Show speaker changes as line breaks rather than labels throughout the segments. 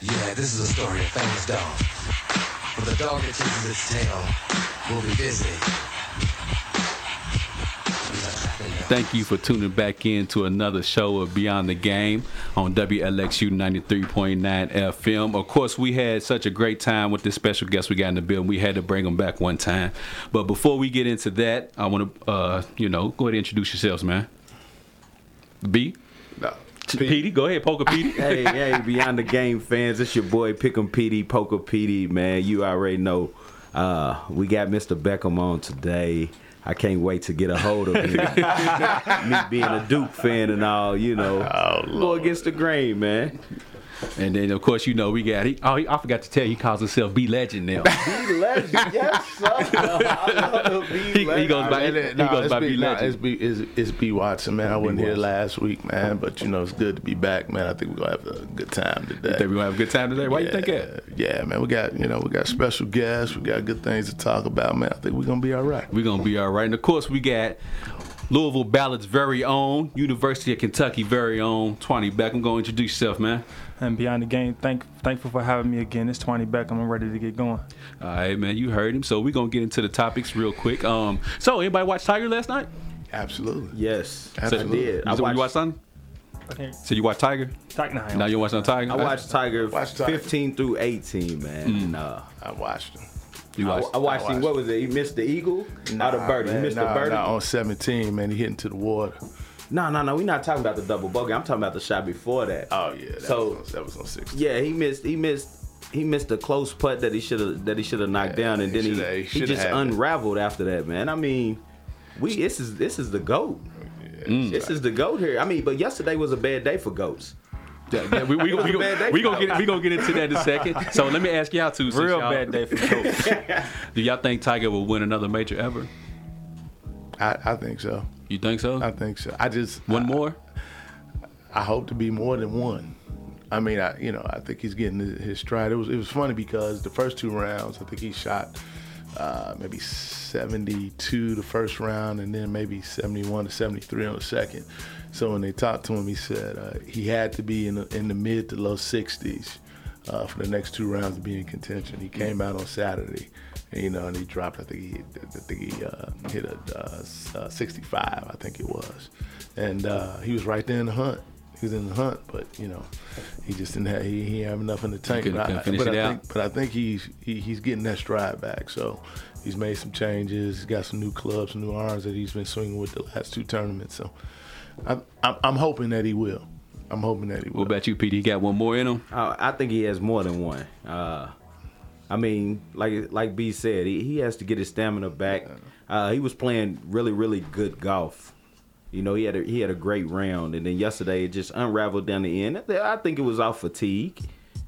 Yeah, this is a story of famous dog. But the dog that chases its tail will be busy.
Thank you for tuning back in to another show of Beyond the Game on WLXU 93.9 FM. Of course, we had such a great time with this special guest we got in the building. We had to bring him back one time. But before we get into that, I want to, uh, you know, go ahead and introduce yourselves, man. B?
No.
Petey, go ahead, Poker Petey.
hey, hey, Beyond the Game fans, it's your boy Pick'em PD, Poker PD, man. You already know. Uh, we got Mr. Beckham on today. I can't wait to get a hold of him. Me being a Duke fan and all, you know.
Oh,
Go against the grain, man.
And then, of course, you know, we got, he, oh, he, I forgot to tell you, he calls himself B Legend now.
Legend, yes, sir. I love
He- he legend. goes by-
Nah, it
he
ain't- nah,
goes
it's
by
B.
B.
nah,
Legend.
it's B. It's, it's B. Watson, man. I wasn't here last week, man, but you know it's good to be back, man. I think we're gonna have a good time today.
Think we gonna have a good time today? Why
yeah,
you think that?
Yeah, man. We got you know we got special guests. We got good things to talk about, man. I think we're gonna be all right.
We're gonna be all right. And of course, we got Louisville Ballard's very own, University of Kentucky very own, Twenty Beckham. Go introduce yourself, man.
and beyond the game. Thank, thankful for having me again. It's 20 back. I'm ready to get going.
All right, man, you heard him. So we're gonna get into the topics real quick. Um, so anybody watch Tiger last night?
Absolutely.
Yes,
Absolutely.
I did. I
So
watched,
you watched something?
Okay.
So you watch Tiger?
Talk now.
Now you watch no Tiger?
I watched Tiger
Watch Tiger.
15 through 18, man. And, uh,
I watched him.
Mm. You
I, I
watched.
watched, him. What was it? He missed the eagle, not a birdie.
Man,
he missed
nah,
the birdie.
nah, on 17, man. He hit into the water.
No, no, no. We're not talking about the double bogey. I'm talking about the shot before that.
Oh yeah. That
So-
was on, that was on 16.
Yeah, he missed. He missed. He missed a close putt that he should have that he should have knocked
Yeah,
down, and
he
then he
shoulda- he
he,
shoulda
just
had it.
unraveled after that, man. I mean, we this is this is the goat.
Mm.
This is the goat here. I mean, but yesterday was a bad day for goats.
Yeah, yeah, we we, we,
was
we,
a
gonna-
bad day
we
for
gonna get we gonna get into that in a second. So let me ask y'all too. since
Real
y'all-
bad day for Coach.
Do y'all think Tiger will win another major ever?
I, I think so.
You think so?
I think so. I just
One
I-
more?
I hope to be more than one. I mean, I you know, I think he's getting his his stride. It was it was funny because the first two rounds, I think he shot uh, maybe 72 the first round, and then maybe 71 to 73 on the second. So when they talked to him, he said uh, he had to be in the, in the mid to low 60s uh, for the next two rounds to be in contention. He came out on Saturday, and, you know, and he dropped. I think he, I think he uh, hit a uh, s- uh, 65, I think it was, and uh, he was right there in the hunt. He was in the hunt, but you know, he just didn't have he, he didn't have enough in the tank.
couldn't-
But
couldn't
I,
finish
but
it
I
out.
think, but I think he's he, he's getting that stride back. So he's made some changes. He's got some new clubs, some new irons that he's been swinging with the last two tournaments. So I'm I'm, I'm hoping that he will. I'm hoping that he will.
What about you, Pete? He got one more in him.
I, I think he has more than one. Uh, I mean, like like B said, he, he has to get his stamina back. Uh, he was playing really really good golf. You know, he had a, he had a great round, and then yesterday it just unraveled down the end. I thi- I think it was off fatigue.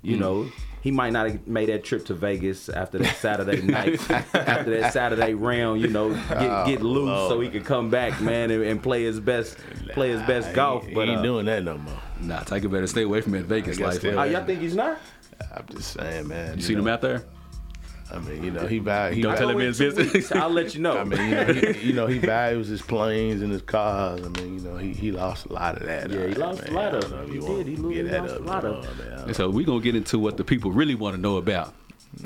You
Mm.
know, he might not have made that trip to Vegas after that Saturday night, after that Saturday round. You know,
Oh,
get, get loose so he could come back, man, and, and play his best play his best golf.
He,
But
ain't
uh,
doing that no more.
Nah, Tiger better stay away from that Vegas
I guess
life.
they-
oh,
man.
y'all think he's not?
I'm just saying, man.
You seen him out there?
I mean, you know, he values. He,
Don't tell
Go
him
in
his
two
business.
weeks, I'll let you know.
I mean, you know, he, you know, he values his planes and his cars. I mean, you know, he, he lost a lot of that. uh,
Yeah, he lost a lot of it. He did. He lo- he lost a lot of
it.
And so we're gonna get into what the people really want to know about.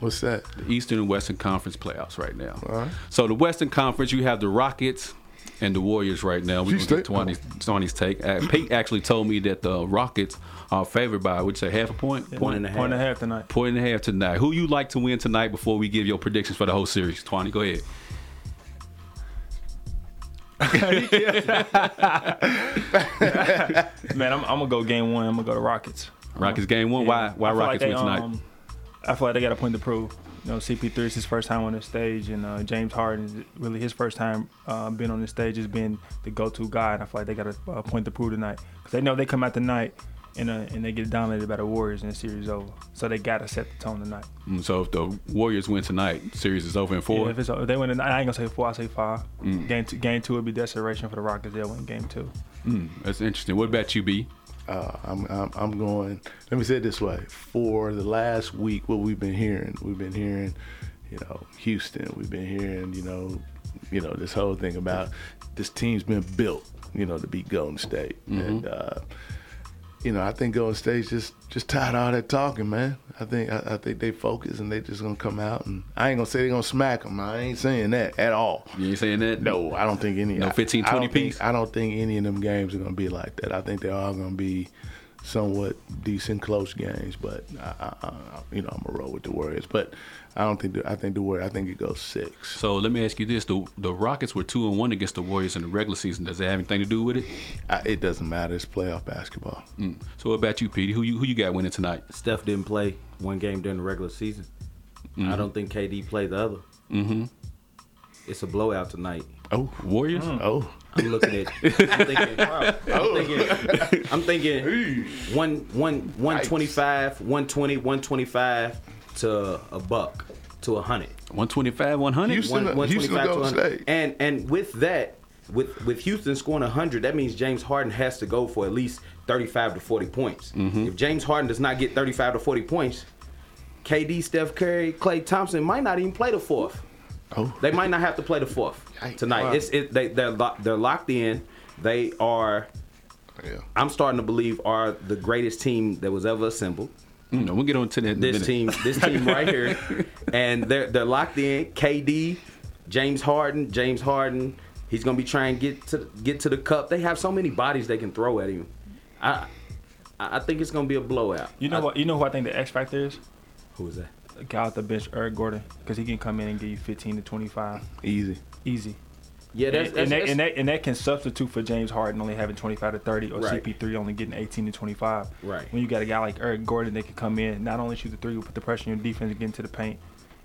What's that?
Eastern and Western Conference playoffs right now.
right.
So the Western Conference, you have the Rockets and the Warriors right now. We're
She
gonna get
stay-
Tony's, Tony's take. Uh, Pete actually told me that the Rockets are favored by, would you say half a point?
One and a half.
Point and a half tonight.
Point and a half tonight. Who you like to win tonight before we give your predictions for the whole series? Twani, go ahead.
Uh-huh. Man, I'm, I'm gonna go game one. I'm gonna go to Rockets.
Rockets game one. Why? Why
I feel
Rockets
like
win
they,
tonight?
um, I feel like they got a point to prove. You know, CP3 is his first time on this stage, and uh, James Harden is really his first time uh, being on this stage, has been the go-to guy, and I feel like they got a, a point to prove tonight because they know they come out tonight and uh, and they get dominated by the Warriors and the series over, so they gotta set the tone tonight.
Mm, so if the Warriors win tonight, series is over in
Yeah,
four.
if, it's, if they win, tonight, I ain't gonna say four, I say five. Game two, game two would be desperation for the Rockets. They'll win game two.
Mm, That's interesting. What about you, B?
Uh, I'm, I'm I'm going. Let me say it this way: for the last week, what we've been hearing, we've been hearing, you know, Houston. We've been hearing, you know, you know, this whole thing about this team's been built, you know, to beat Golden State, and uh, you know, I think Golden State's just just tired of all that talking, man. I think I, I think they focus and they just gonna come out and I ain't gonna say they gonna smack them. I ain't saying that at all.
You ain't saying that?
No, I don't think any.
No
I-
15,
I don't
20
think-
piece?
I don't think any of them games are gonna be like that. I think they're all gonna be somewhat decent, close games. But I, I, I, you know, I'm gonna roll with the Warriors. But I don't think the, I think the Warriors. I think it goes six.
So let me ask you this: the the Rockets were two and one against the Warriors in the regular season. Does that have anything to do with it? Hmm.
I, it doesn't matter. It's playoff basketball.
So what about you, Petey? Who you who you got winning tonight?
Steph didn't play one game during the regular season. I don't think KD played the other. Mm-hmm. It's a blowout tonight.
Oh,
Warriors.
oh,
I'm looking at. I'm thinking. wow, I'm thinking. I'm thinking one, one, 125, 120, 125 to a buck to a hundred.
One twenty five, one hundred.
Houston-
One-
Houston
125 to
Golden
100.
State.
And and with that, with with Houston scoring 100, that means James Harden has to go for at least 35 to 40 points.
Mm-hmm.
If James Harden does not get 35 to 40 points, KD, Steph Curry, Clay Thompson might not even play the fourth.
oh.
They might not have to play the fourth
Yikes.
tonight. It's it, they they're, lo- they're locked in. They are.
Yeah.
I'm starting to believe are the greatest team that was ever assembled.
No, we'll get on to that. in a
This
minute.
team, this team right here, and they're they're locked in. KD, James Harden, James Harden. He's gonna be trying to get to get to the cup. They have so many bodies they can throw at him. I I I think it's gonna be a blowout.
You know
I-
what? You know who I think the X factor is?
Who is that?
A guy off the bench, Eric Gordon, because he can come in and give you 15 to 25
Easy.
easy.
Yeah, that's,
and, and, that,
that's-
and, that, and that can substitute for James Harden only having 25 to 30 or
Right.
CP3 only getting 18 to 25.
Right.
When you got a guy like Eric Gordon that can come in, not only shoot the three, but put the pressure on your defense and get into the paint.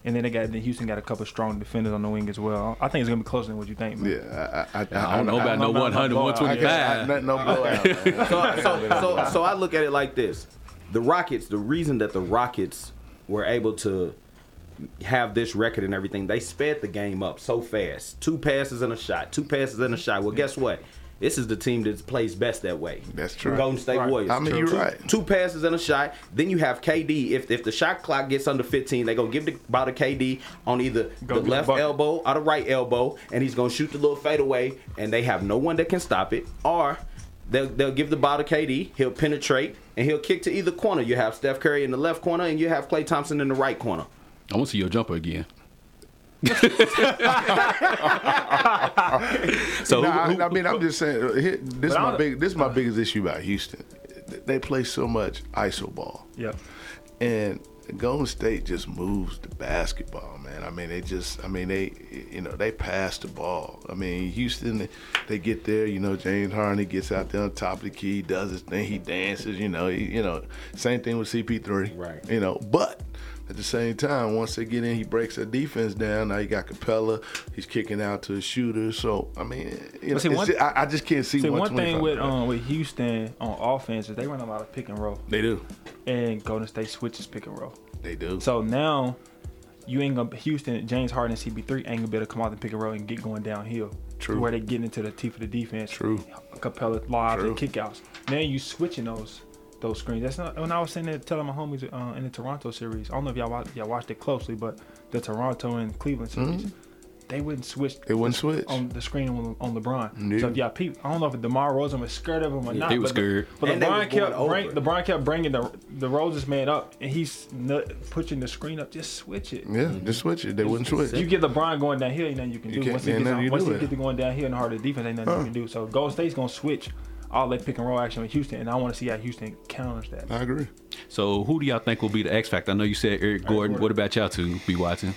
And then they got then Houston got a couple strong defenders on the wing as well. I think it's gonna be closer than what you think, man.
Yeah. I, I,
I don't know about no
I'm not-
100,
I'm not-
I guess I-
125.
nothing, no blowout. man.
so, so, so, so I look at it like this: the Rockets. The reason that the Rockets were able to have this record and everything, they sped the game up so fast. Two passes and a shot. Two passes and a shot. Well, guess what? This is the team that plays best that way.
That's true.
The Golden State
Right.
Warriors.
I mean,
Two-
you're right.
Two passes and a shot. Then you have KD. If if the shot clock gets under 15, they gonna give the ball to KD on either
Go
the
get the
left
bucket.
elbow or the right elbow, and he's gonna shoot the little fadeaway, and they have no one that can stop it. Or they'll, they'll give the ball to KD, he'll penetrate, and he'll kick to either corner. You have Steph Curry in the left corner, and you have Klay Thompson in the right corner.
I want to see your jumper again. so
No,
who-
I,
who-
I mean, I'm just saying. uh, here- This is
But I
my
don't-
big. This is my biggest issue about Houston. They play so much iso ball,
Yeah.
and Golden State just moves the basketball, man. I mean, they just. I mean, they. You know, they pass the ball. I mean, Houston. They get there. You know, James Harden he gets out there on top of the key, he does his thing, he dances. You know, he, you know. Same thing with CP3.
Right.
You know, but. At the same time, once they get in, he breaks their defense down. Now you got Capella. He's kicking out to the shooter. So I mean, you know,
see,
it's
one-
ju- I, I just can't see.
See, one thing
125.
with um with Houston on offense is they run a lot of pick and roll,
they do,
and Golden State switches pick and roll.
they do.
So now you ain't gonna Houston, James Harden, and CB3 ain't gonna be able to come out and pick and roll and get going downhill.
True.
Where they getting into the teeth of the defense.
True.
Capella lobs and
True.
kickouts. Now you switching those those screens. That's not when I was sitting there telling my homies uh, in the Toronto series. I don't know if y'all watched, y'all watched it closely, but the Toronto and Cleveland series, they wouldn't switch
Mm-hmm. they wouldn't switch.
on the screen on, on LeBron.
No.
So if y'all peep, I don't know if DeMar Rosen was scared of him or not.
he was
but the-
scared.
but
And they was
LeBron kept
going
bring,
over.
LeBron kept bringing the the Roses man up, and he's nut, pushing the screen up. Just switch it.
yeah, just switch it. They wouldn't switch.
You get LeBron going downhill, ain't nothing you can
You
do.
can't-
once he
ain't
gets,
nothing
on,
you
once
do
he
it.
gets going downhill in the heart of the defense, ain't nothing you can do. So Golden State's gonna switch all that pick and roll action with Houston, and I want to see how Houston counters that.
I agree.
so who do y'all think will be the X factor? I know you said Eric Gordon.
Gordon.
What about y'all two? Be watching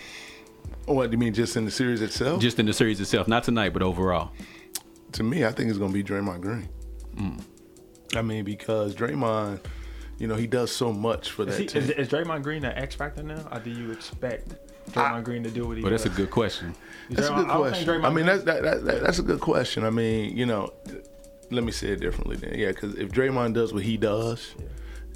Oh, What do you mean, just in the series itself?
just in the series itself, not tonight, but overall.
to me, I think it's gonna be Draymond Green.
Hmm.
I mean, because Draymond, you know, he does so much for
Is,
that
he,
team.
is, is Draymond Green an X factor now, or do you expect Draymond Green to do what he
But
does?
that's a good question.
Is
That's a
Draymond-
good
I don't think
question. I
Draymond
mean, that's that, that, that, that's a good question. I mean, you know, let me say it differently then. Yeah, because if Draymond does what he does,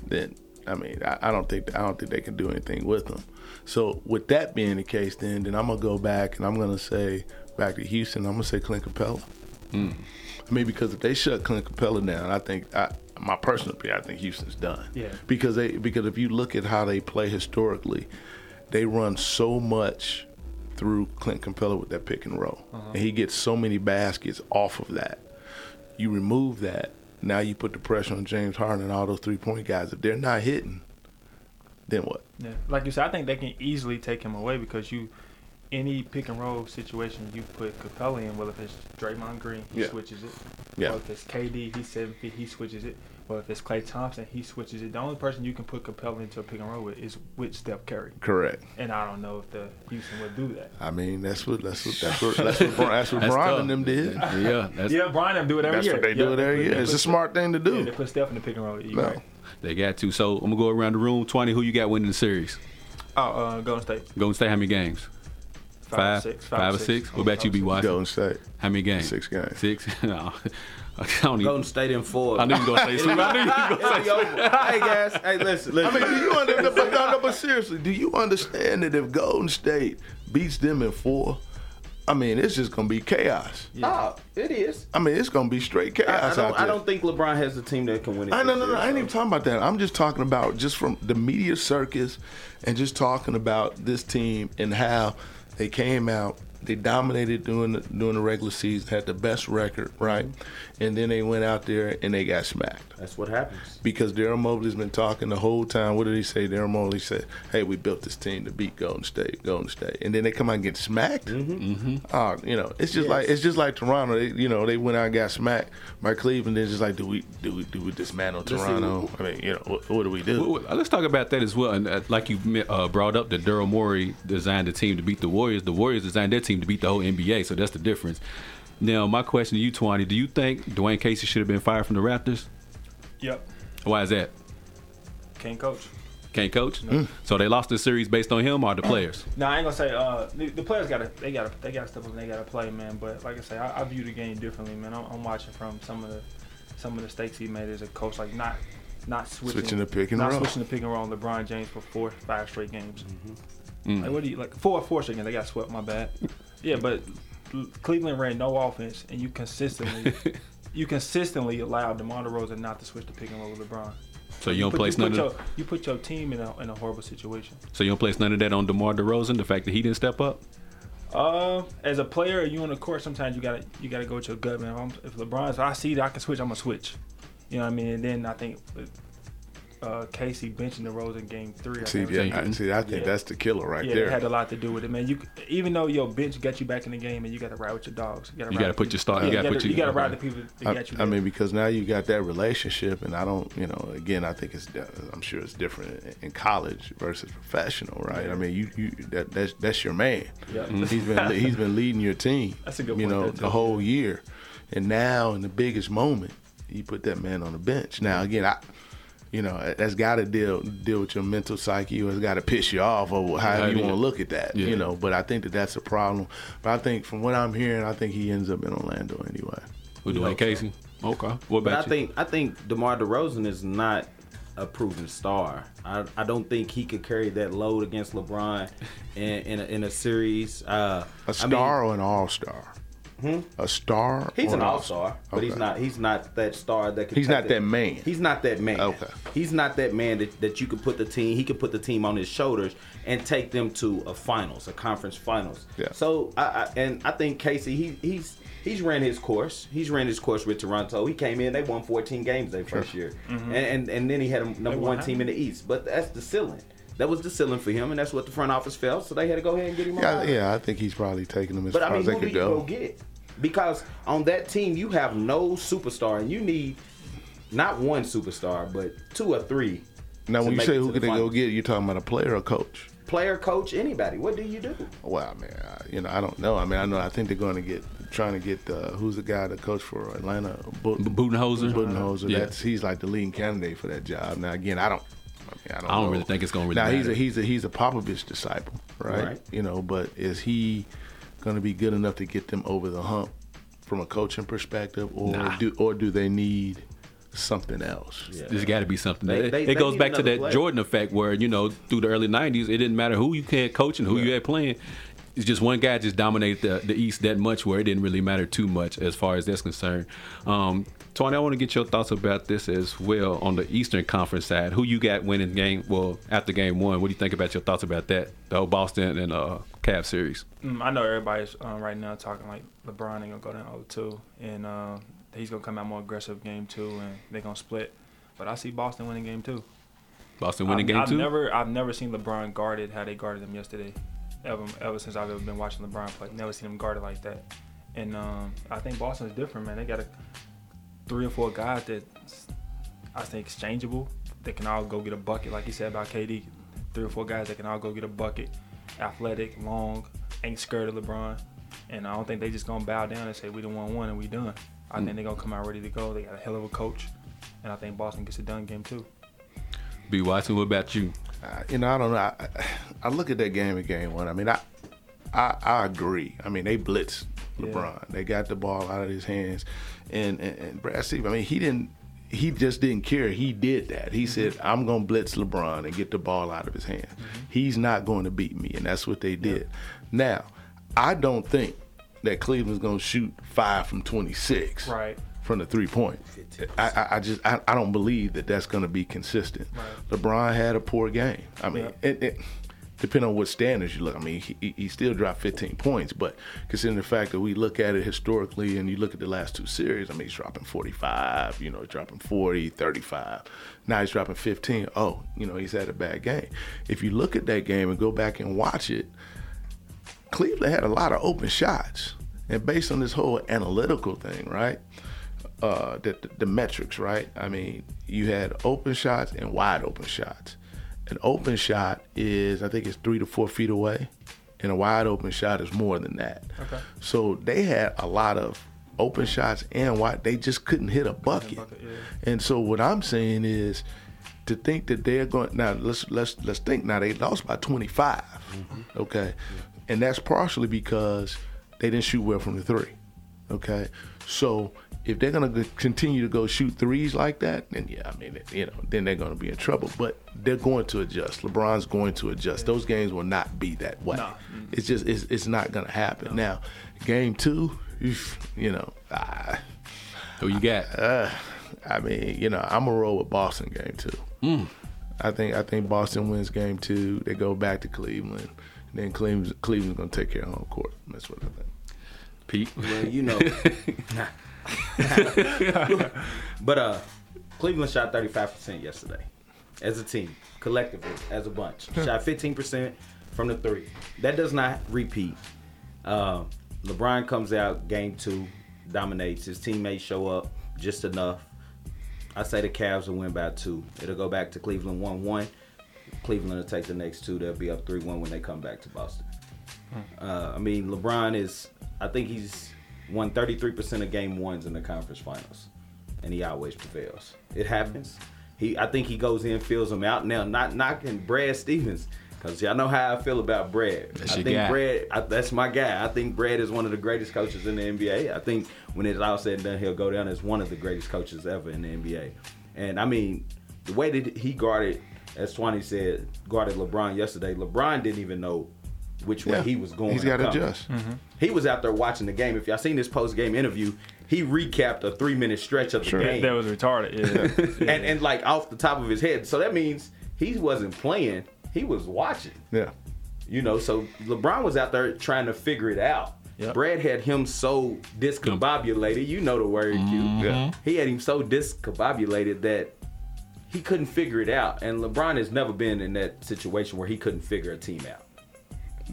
then I mean, I, I don't think I don't think they can do anything with him. So with that being the case, then then I'm gonna go back and I'm gonna say back to Houston. I'm gonna say Clint Capella. I mean, because if they shut Clint Capella down, I think I, my personal opinion, I think Houston's done.
Yeah.
Because they because if you look at how they play historically, they run so much through Clint Capella with
Uh-huh.
that pick and roll, and he gets so many baskets off of that. You remove that, Now you put the pressure on James Harden and all those three point guys. If they're not hitting, then what?
Yeah. Like you said, I think they can easily take him away because you, any pick and roll situation, you put Capella in. Well, if it's Draymond Green, he
Yeah.
switches it.
Yeah.
Well, if it's KD, he's seven feet, he switches it. Well, if it's Clay Thompson, he switches it. The only person you can put Capella into a pick and roll with is with Steph Curry,
Correct.
and I don't know if the Houston would do that.
I mean, that's what that's what that's what that's what, Bron- that's what
That's
Bron
tough.
and them did.
Yeah, that's,
Yeah, Brian them do it every
That's
year.
what they
Yeah,
do there.
put-
Yeah,
they
it's
put-
a smart thing to
yeah, they
do.
put Steph in the pick and roll. You
No.
right.
they got to. So I'm gonna go around the room. Twenty, who you got winning the series?
Oh, uh, Golden State.
Golden State, how many games?
Five,
Five or six. What about you, B. Watson?
Golden State.
How many games?
Six games.
Six. no, I don't even.
Golden State in four.
I knew you were gonna say six. I knew you were gonna
It'll be over. hey guys, hey listen,
I
listen.
mean, do you understand? But, no, no, but seriously, do you understand that if Golden State beats them in four, I mean, it's just gonna be chaos.
Oh, it is.
I mean, it's gonna be straight
I, I
chaos out
don't,
there.
I don't think LeBron has a team that can win it.
I, no,
this
no, no.
year,
I ain't
so.
even talking about that. I'm just talking about just from the media circus and just talking about this team and how they came out. They dominated during the, during the regular season, had the best record, right? And then they went out there and they got smacked
That's what happens.
because Daryl Mobley's been talking the whole time. What did he say? Daryl Mobley said, "Hey, we built this team to beat Golden State, Golden State," and then they come out and get smacked. Mm-hmm. Uh, you know, it's just like it's just like Toronto. They, you know, they went out and got smacked by Cleveland. They're just like, "Do we do we do we dismantle Toronto?" I mean, you know, what, what do we do?
Well, well, let's talk about that as well. And uh, like you me- uh, brought up, that Daryl Morey designed the team to beat the Warriors. The Warriors designed their team to beat the whole NBA. So that's the difference. Now, my question to you, Twenty, do you think Dwayne Casey should have been fired from the Raptors?
Yep.
Why is that?
Can't coach.
Can't coach. So they lost the series based on him or the players.
No, I ain't gonna say. Uh, the, the players gotta, they gotta, they gotta step up and they gotta play, man. But like I say, I, I view the game differently, man. I'm, I'm watching from some of the, some of the mistakes he made as a coach, like not, not switching,
Switching the pick and
not
roll.
switching the pick and roll. on LeBron James for four, five straight games.
Mm-hmm.
Like what do you like? Four, four straight games. They got swept. My bad. Yeah, but Cleveland ran no offense, and you consistently, you consistently allowed DeMar DeRozan not to switch the pick and roll with LeBron.
So you don't
put-
place
you
none
put,
of.
your, you put your team in a in a horrible situation.
So you don't place none of that on DeMar DeRozan. The fact that he didn't step up.
Uh, as a player, you on the court. Sometimes you gotta you gotta go with your gut, man. If, I'm, if LeBron's, if I see that I can switch, I'm gonna switch. You know what I mean? And then I think uh, Casey benching the Rose in Game Three. I
see,
think.
yeah, I, see, I think
Yeah.
that's the killer right
yeah,
there.
it had a lot to do with it, man. You even though your bench got you back in the game, and you gotta ride with your dogs. You gotta,
You
ride
gotta
with
put
the-
your star- you
Yeah,
gotta put
you
your- uh,
gotta ride the
okay.
people that
I,
got
I
you. there.
mean, because now you got that relationship, and I don't, you know, again, I think it's, I'm sure it's different in- in college versus professional, right? I mean, you, you, that, that's, that's your man.
Yeah.
He's been, he's been leading your team.
That's a good
You
point
know,
there,
the
too.
whole year, and now in the biggest moment, you put that man on the bench. Now, again, I. You know that's got to deal deal with your mental psyche, or it's got to piss you off, or however you
yeah.
want to look at that.
Yeah.
You know, but I think that that's a problem. But I think from what I'm hearing, I think he ends up in Orlando anyway.
With Dwayne
hope so.
Casey. Okay. What about
But I
you?
think I think DeMar DeRozan is not a proven star. I, I don't think he could carry that load against LeBron in in a, in a series. Uh,
A
I mean, Hmm?
star or an all star? A star.
He's
or
an all star, but he's
Okay.
not. He's not that star that. Can
He's
take
not
the-
that man.
He's not that man.
Okay.
He's not that man that, that you can put the team. He can put the team on his shoulders and take them to a finals, a conference finals.
Yeah.
So I, I and I think Casey he he's he's ran his course. He's ran his course with Toronto. He came in. They won 14 games their first year, and, and and then he had a number
won
one team in the East. But that's the ceiling. That was the ceiling for him, and that's what the front office felt. So they had to go ahead and get him.
Yeah,
out.
I- yeah, I think he's probably taking him as
But
far
I mean,
as they
who do
could
you
go.
go get? Because on that team, you have no superstar, and you need not one superstar, but two or three.
now,
to
when you
make
say
it
who
to
could they
the
go
finals.
get, you're talking about a player or a coach?
Player, coach, anybody. What do you do?
Well, I mean, I, you know, I don't know. I mean, I know. I think they're going to get trying to get uh, who's the guy that coach for Atlanta, Bu-
B- Budenholzer?
Budenholzer.
Yeah.
That's he's like the leading candidate for that job. Now, again, I don't. I, mean, I don't,
I don't
know.
really think it's gonna really
Now he's a
matter.
he's a he's a Popovich disciple, right?
Right.
You know, but is he going to be good enough to get them over the hump from a coaching perspective, or
Nah.
do or do they need something else?
There's got to be something.
They-
it
they-
it
they
goes
need
back to
another
that
player.
Jordan effect where, you know, through the early 90s, it didn't matter who you had coaching, who you had playing. It's just one guy just dominated the, the East that much where it didn't really matter too much as far as that's concerned. Um, Tony, I want to get your thoughts about this as well on the Eastern Conference side. Who you got winning game, well, after game one, what do you think about your thoughts about that, the whole Boston and uh, Cavs series?
Mm, I know everybody's um, right now talking like LeBron ain't gonna go down 0-2, and um, he's gonna come out more aggressive game two, and they're gonna split. But I see Boston winning game two.
Boston winning
I've,
game
I've
two.
never, I've never seen LeBron guarded how they guarded him yesterday. Ever, ever since I've ever been watching LeBron play, never seen him guarded like that. And um, I think Boston's different, man. They got a three or four guys that I think exchangeable. They can all go get a bucket, like you said about KD. Three or four guys that can all go get a bucket. Athletic, long, ain't scared of LeBron. And I don't think they just gonna bow down and say we don't want one and we done. I
Hmm.
think they gonna come out ready to go. They got a hell of a coach, and I think Boston gets it done game two.
B. Watson, what about you?
I- you know, I don't know. I, I- I look at that game at game one. I mean, I, I, I agree. I mean, they blitzed
Yeah.
LeBron. They got the ball out of his hands, and and, and Brad Stevens. I mean, he didn't. He just didn't care. He did that. He said, "I'm gonna blitz LeBron and get the ball out of his hands. He's not going to beat me," and that's what they did. Now, I don't think that Cleveland's gonna shoot five from 26
Right.
from the three point. I, I, I just I, I don't believe that that's going to be consistent. LeBron had a poor game. I mean,
Yeah.
it, it depending on what standards you look. I mean, he, he still dropped 15 points, but considering the fact that we look at it historically and you look at the last two series, I mean, he's dropping 45, you know, dropping 40, 35. Now he's dropping 15. Oh, you know, he's had a bad game. If you look at that game and go back and watch it, Cleveland had a lot of open shots. And based on this whole analytical thing, right? Uh, the, the, the metrics, right? I mean, you had open shots and wide open shots. An open shot is, I think it's three to four feet away, and a wide open shot is more than that.
Okay.
So they had a lot of open shots and wide. They just couldn't hit a bucket.
bucket, yeah.
And so what I'm saying is to think that they're going now let's let's let's think now they lost by 25. Okay. And that's partially because they didn't shoot well from the 3. Okay. So if they're going to continue to go shoot threes like that, then yeah, I mean, you know, then they're going to be in trouble. But they're going to adjust. LeBron's going to adjust. Those games will not be that way.
No.
It's just it's, it's not going to happen. Now, game 2, oof, you know, I
Who you got?
uh, I mean, you know, I'm a roll with Boston game two.
Mm.
I think I think Boston wins game two. They go back to Cleveland. Then Cleveland's, Cleveland's gonna take care of home court. That's what I think.
Pete.
Well, you know. but uh, Cleveland shot 35% yesterday as a team, collectively, as a bunch. Shot 15% from the three. That does not repeat. Uh, LeBron comes out game two, dominates. His teammates show up just enough. I say the Cavs will win by two. It'll go back to Cleveland 1 1. Cleveland will take the next two. They'll be up 3 1 when they come back to Boston. Uh, I mean, LeBron is. I think he's won 33% of game ones in the conference finals, and he always prevails. It happens. He, I think he goes in, feels him out. Now, not knocking Brad Stevens, because y'all know how I feel about Brad.
That's
I
your
think
guy.
Brad, I, that's my guy. I think Brad is one of the greatest coaches in the NBA. I think when it's all said and done, he'll go down as one of the greatest coaches ever in the NBA. And I mean, the way that he guarded, as Swanee said, guarded LeBron yesterday. LeBron didn't even know which way
Yeah.
he was going.
He's
or
gotta
coming.
adjust.
He was out there watching the game. If y'all seen this post game interview, he recapped a three minute stretch of the
Sure.
game,
That was retarded. Yeah.
and and like off the top of his head. So that means he wasn't playing. He was watching.
Yeah.
You know, so LeBron was out there trying to figure it out.
Yep.
Brad had him so discombobulated. You know the word, Q.
Yeah.
He had him so discombobulated that he couldn't figure it out. And LeBron has never been in that situation where he couldn't figure a team out.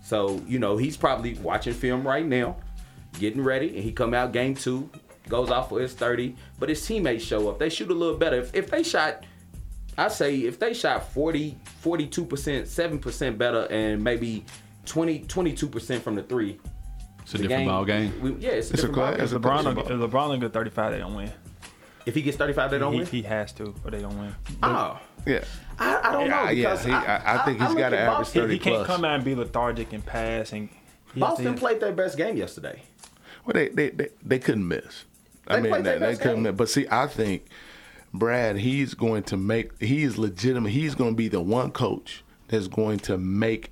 So you know he's probably watching film right now, getting ready, and he come out game two, goes off for his thirty. But his teammates show up. They shoot a little better. If, if they shot, I say if they shot 40, 42 percent, seven percent better, and maybe 20, 22 percent from the three.
It's a different ball game.
we- yeah, it's a
It's a
different
class-
ball game.
it's a-
LeBron, don't get- if LeBron don't get 35, they don't win.
If he gets thirty five, they don't
he,
win.
he has to, or they don't win.
oh,
Yeah.
I, I don't know.
Yeah, yeah,
because
he- I- I think he's
look
gotta
at
average
Boston.
30
He can't
plus.
come out and be lethargic and pass and. he has to-
Boston played their best game yesterday.
Well, they they they, they couldn't miss. I
They
mean,
played
they,
their
they
best
couldn't.
game.
Miss. But see, I think Brad, he's going to make. He is legitimate. He's going to be the one coach that's going to make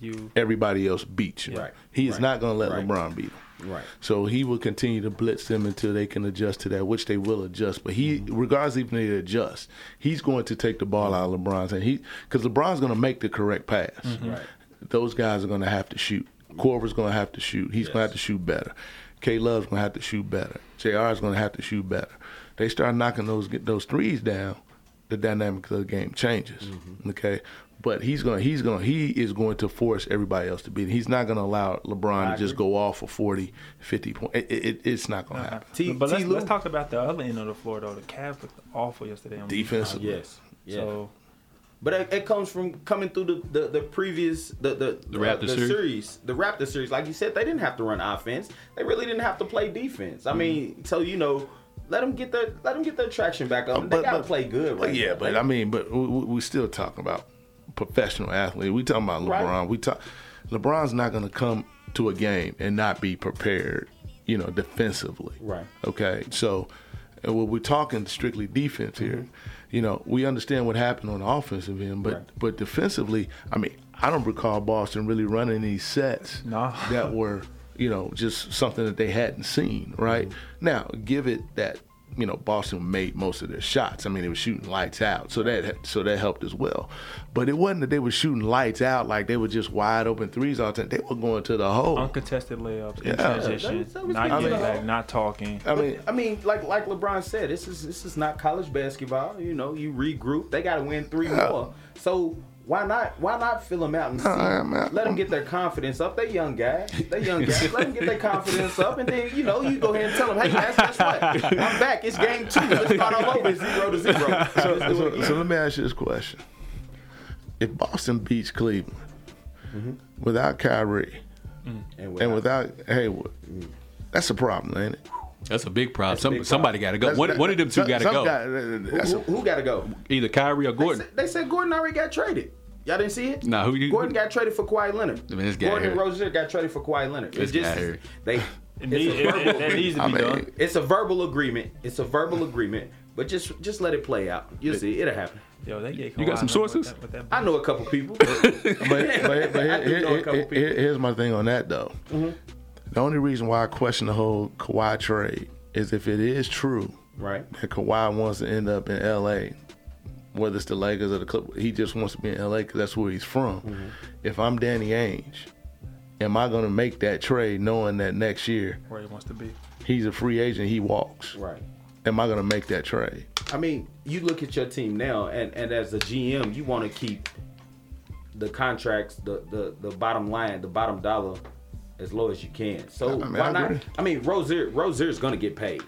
You
everybody else beat you.
Right.
He is
Right.
not going to let
Right.
LeBron beat him.
Right.
So he will continue to blitz them until they can adjust to that, which they will adjust. But he,
Mm-hmm.
regardless even if they adjust, he's going to take the ball out of LeBron's and he because LeBron's going to make the correct pass.
Mm-hmm. Right.
Those guys are going to have to shoot. Corver's going to have to shoot. He's going to
Yes.
have to shoot better. K Love's gonna have to shoot better. JR's gonna have to shoot better. They start knocking those get those threes down, the dynamic of the game changes.
Mm-hmm.
Okay. But he's gonna he's gonna he is going to force everybody else to beat. him. He's not gonna allow LeBron to just go off for 40, 50 points. It, it- it- it's not gonna happen.
T,
but
T
let's,
Lou?
let's talk about the other end of the floor though. The Cavs looked awful yesterday. On
Defensively.
Yes. Yeah.
So
But it, it comes from coming through the, the, the previous the the, the
Raptor series?
the Raptor series. Like you said, they didn't have to run offense. They really didn't have to play defense.
Mm-hmm.
I mean, so you know, let them get their let them get their traction back up. they gotta play good,
but
right?
yeah,
now.
but
They-
I mean, but we, we we still talking about professional athlete. We talking about
Right.
LeBron. We talk. LeBron's not going to come to a game and not be prepared. You know, defensively.
Right.
Okay. So, and when we're talking strictly defense here, you know, we understand what happened on the offensive end, but
Mm-hmm. Right.
but defensively, I mean, I don't recall Boston really running any sets
Nah.
that were, you know, just something that they hadn't seen, right?
Mm-hmm.
Now, give it that, you know, Boston made most of their shots. I mean, they were shooting lights out, so that so that helped as well. But it wasn't that they were shooting lights out like they were just wide open threes all the time. They were going to the hole.
uncontested layups
Yeah.
in
That
transition,
was- that was
not
good.
getting
I mean-
back, not talking.
I
But,
mean,
I mean, like like LeBron said, this is this is not college basketball. You know, you regroup. They got to win three more. So why not why not fill them out and see,
I- I'm-
let them get their confidence up? They young guys, they young guys. let them get their confidence up, and then you know you go ahead and tell them, hey guys, guess what? I'm back. It's game two. Let's start all over. It's zero to zero. Let's do it
so,
again.
so let me ask you this question: If Boston beats Cleveland
Mm-hmm.
without Kyrie and without Hayward,
Mm-hmm.
that's a problem, ain't it?
That's a big problem. Some,
big
somebody got to go.
That's-
One,
that-
one of them two
some-
got to
some
go.
guy- that's
who,
a-
who got to go?
Either Kyrie or
They
Gordon.
said, they said Gordon already got traded. Y'all didn't see it?
Nah, who you-
Gordon
who-
got traded for Kawhi Leonard.
Man, this guy
Gordon and
here.
Rozier got traded for Kawhi Leonard.
This
It's
guy
just
here.
they.
It
it's
need-
a
it-
verbal
it- that
agreement.
needs to
I
be
mean,
done.
It's a verbal agreement. It's a verbal agreement. But just just let it play out. You'll see. It'll happen.
Yo, they get
You got
Kawhi
some
Leonard
sources?
With that, with that
I know a couple people. But
but but, but
I
here,
do know a
here-
couple Mm-hmm.
here- here- here's my thing on that though. The only reason why I question the whole Kawhi trade is if it is true
right.
that Kawhi wants to end up in L.A., whether it's the Lakers or the Clip, he just wants to be in L.A. because that's where he's from.
Mm-hmm.
If I'm Danny Ainge, am I going to make that trade knowing that next year
where he wants to be.
he's a free agent, he walks?
Right.
Am I going to make that trade?
I mean, you look at your team now, and, and as a GM, you want to keep the contracts, the, the the bottom line, the bottom dollar, as low as you can. So
mean,
why
I
not?
agree. Mm-hmm.
I mean, Rozier Rozier's gonna get paid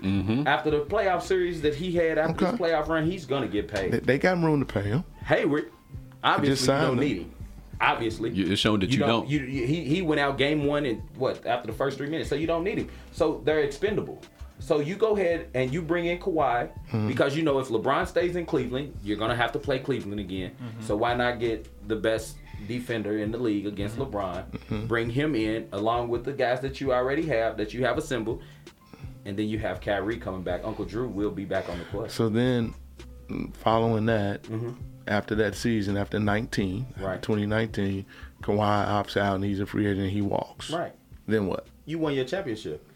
after the playoff series that he had after this
Okay.
playoff run. He's gonna get
They,
paid.
they got room to pay him.
Hayward,
just
obviously, you
signed
don't
him.
need him. Obviously,
You- it's shown that you don't.
You, you- he he went out game one and what after the first three minutes, so you don't need him. So they're expendable. So you go ahead and you bring in Kawhi because you know if LeBron stays in Cleveland, you're gonna have to play Cleveland again.
Mm-hmm.
So why not get the best defender in the league against
Mm-hmm.
LeBron? Bring him in along with the guys that you already have that you have assembled, and then you have Kyrie coming back. Uncle Drew will be back on the court.
So then, mm, following that, after that season, after 19,
Mm-hmm. Right.
2019, Kawhi opts out and he's a free agent. He walks.
Right.
Then what?
You won your championship.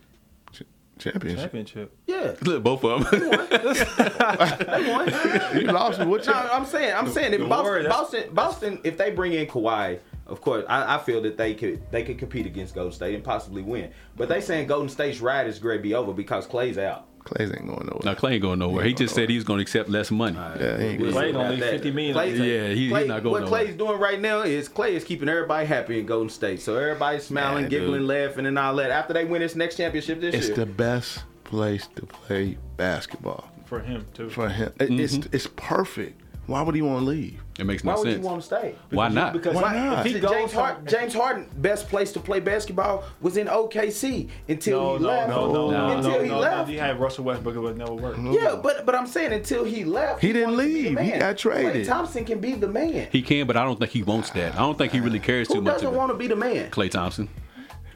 Ch- championship.
Championship.
Yeah,
Look, both of them.
they won.
you lost me. What you?
No, I'm saying, I'm saying, if Boston,
worry, that's-
Boston, Boston, if they bring in Kawhi, of course, I, I feel that they could they could compete against Golden State and possibly win. But they saying Golden State's ride is going to be over because Clay's out.
Clay's ain't going nowhere.
now, Clay ain't going nowhere. He
ain't going
just said he's going to accept less money.
Yeah, he ain't going
We'll see
Clay gonna
about
leave
that.
50 million.
Clay's-
Yeah, he- he's
Clay-
not going
What
nowhere.
Clay's doing right now is Clay is keeping everybody happy in Golden State, so everybody's smiling,
Yeah,
giggling,
dude.
laughing, and all that. After they win this next championship this
It's
year,
the best place to play basketball
For him too.
for him. It- It's
Mm-hmm.
it's perfect. Why would he want to leave?
It makes
Why
no
would
sense.
you want to stay?
Why not?
Because
Why
why
not?
If he
If he
James,
goes to-
Harden, James Harden, best place to play basketball was in OKC until
No,
he
no,
left.
no, no, no,
until
no,
he
no,
left.
no. You had Russell Westbrook, it would never work.
Yeah, but but I'm saying until he left,
He didn't
wanted to be the
leave. He
man.
got traded.
Klay Thompson can be the man.
He can, but I don't think he wants that. I don't think he really cares too
Who
much
doesn't
about
want to be the man?
Clay Thompson.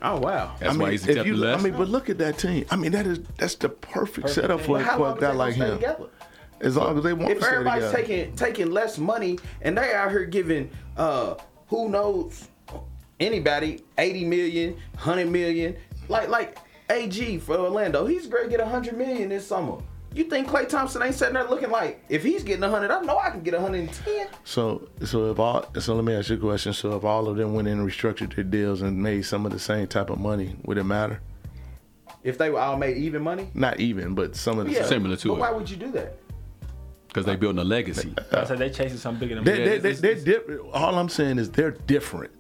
Oh wow.
That's
I
why
mean,
he's
if
accepted
you-
less.
I mean, but look at that team. I mean, that is that's the perfect, setup for,
Well, how
for
long
a
is
guy
they
like
gonna stay
him.
together?
As long as they want
If
to stay
everybody's
together.
taking taking less money and they out here giving uh who knows anybody 80 million, 100 million, like like AG for Orlando, he's going to get 100 million this summer. You think Klay Thompson ain't sitting there looking like if he's getting 100, I know I can get 110.
So so if all so let me ask you a question. So if all of them went in and restructured their deals and made some of the same type of money, would it matter?
If they were all made even money,
Not even, but some of the
yeah,
Similar to
but
it.
Why would you do that?
because they building a legacy.
I said they chasing something bigger than
They, they,
me.
they, they're different. All I'm saying is they're different.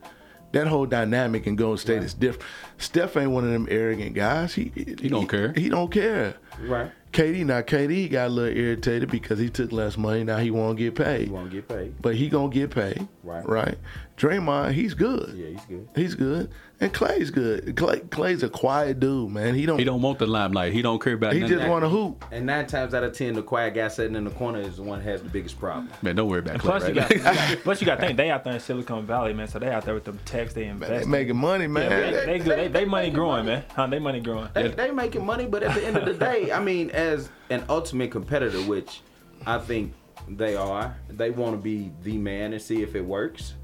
That whole dynamic in Golden State is different. Steph ain't one of them arrogant guys. He he
don't care.
He don't care.
Right.
KD now KD got a little irritated because he took less money. Now he won't get paid.
You won't get paid.
But he gonna get paid.
Right.
Right. Draymond, he's good.
Yeah, he's good.
He's good. And Clay's good. Clay Clay's a quiet dude, man. He don't
He
he,
don't want the limelight. He don't care about. none of
just
that.
want to hoop.
And nine times out of ten, the quiet guy sitting in the corner is the one that has the biggest problem.
Man, don't worry about.
Plus
Clay
you,
right
got, you got- plus you got to think they out there in Silicon Valley, man. So they out there with them techs, they
They
invest.
making money,
Yeah,
man.
they, they, good. they, they money growing, man. Huh? They money growing.
They, they making money, but at the end of the day, I mean, as an ultimate competitor, which I think they are, they want to be the man and see if it works.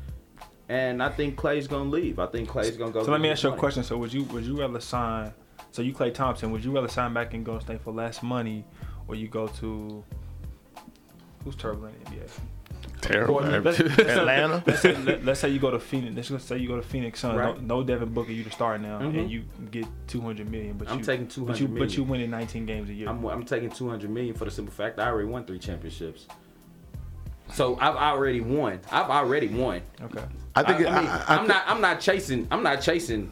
And I think Clay's gonna leave. I think Clay's gonna go.
So let
get
me
his
ask you a
money.
question. So would you would you rather sign? So you Clay Thompson, would you rather sign back in Golden State for less money, or you go to who's turbulent NBA?
Terrible.
Let's-
Atlanta.
Let's say, let, us say you go to Phoenix. Let's just say you go to Phoenix Suns.
Right.
No, no Devin Booker, you the star now,
Mhm.
and you get two hundred million. But
I'm
you,
taking
but you,
200
But you
million.
winning nineteen games a year.
I'm, I'm taking 200 million for the simple fact I already won three championships. So I've already won. I've already won.
okay.
I think it-
I, I mean,
I- I
I, am
thi-
not. I'm not chasing. I'm not chasing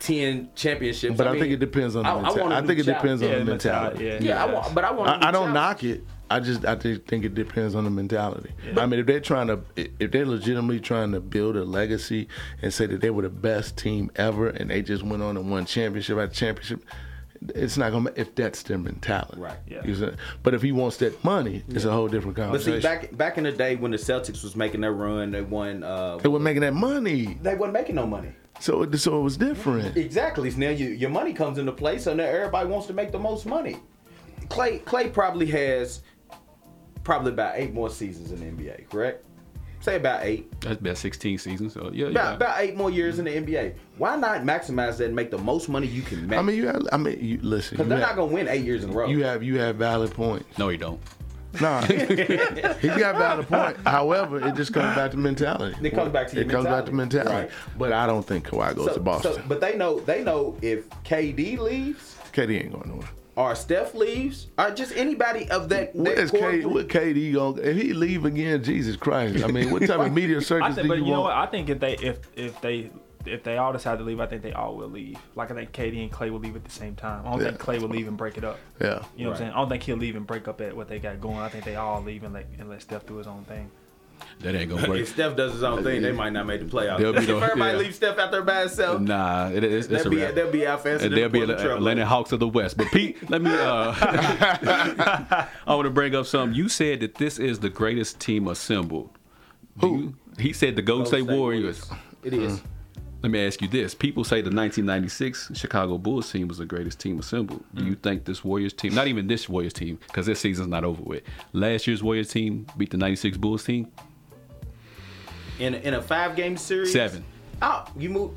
ten championships.
But I,
mean,
think it depends on the
I- I want
mentality.
a
I,
new
think it
challenge.
depends on
Yeah,
the mentality.
mentality,
Yeah, I
Yeah.
want, but I want.
I, I don't knock it. I just I just think it depends on the mentality. I mean, if they're trying to, if they're legitimately trying to build a legacy and say that they were the best team ever, and they just went on and won championship after championship, it's not gonna if that's their mentality.
Right,
yeah.
You see? But if he wants that money, it's a whole different
But
conversation.
see, back back in the day when the Celtics was making their run, they won. Uh,
they were making that money,
they wasn't making no money.
so it, so it was different.
Exactly. So now you, your money comes into play, so now everybody wants to make the most money. Clay Clay probably has probably about eight more seasons in the NBA, correct? Say about eight.
there. That's about 16 seasons. So yeah,
About,
yeah.
about eight more years in the NBA. Why not maximize that and make the most money you can make?
I mean, you. Have, I mean, you, listen. You
because they're not
have,
gonna win eight years in a row.
you have you have valid points.
No, he don't.
Nah, he's got valid point. However, it just comes back to mentality.
It comes back to your
it comes back to
mentality.
mentality.
Right.
But I don't think Kawhi goes
so,
to Boston.
so- but they know they know if KD leaves
KD ain't going nowhere.
or Steph leaves or just anybody of that. that
What is
core
K,
group-
what KD going? If he leave again, Jesus Christ! I mean, what type of media
I
circus
think,
do
but
you,
you know what?
want?
I think if they if if they if they all decide to leave, I think they all will leave. Like I think Katie and Clay will leave at the same time. I don't think
Yeah.
Clay will leave and break it up.
Yeah.
You know what I'm
Right.
saying? I don't think he'll leave and break up at what they got going. I think they all leave and let and let Steph do his own thing.
That ain't gonna work.
If Steph does his own thing, they might not make the playoffs.
They'll be
if
the-
everybody
yeah.
leaves Steph out there by himself,
nah, it, it's, it's
they'll
a
be
wrap.
they'll be offensive.
and they'll Uh, be the Atlanta Hawks of the West. But Pete, let me. Uh, I want to bring up something. You said that this is the greatest team assembled. Do you- he said the Golden State, Warriors. Uh-huh.
It is.
Let me ask you this: People say the 1996 Chicago Bulls team was the greatest team assembled. Do you think this Warriors team, not even this Warriors team, because this season's not over with, last year's Warriors team beat the 96 Bulls team?
In in a five game series,
Seven.
Oh, you move.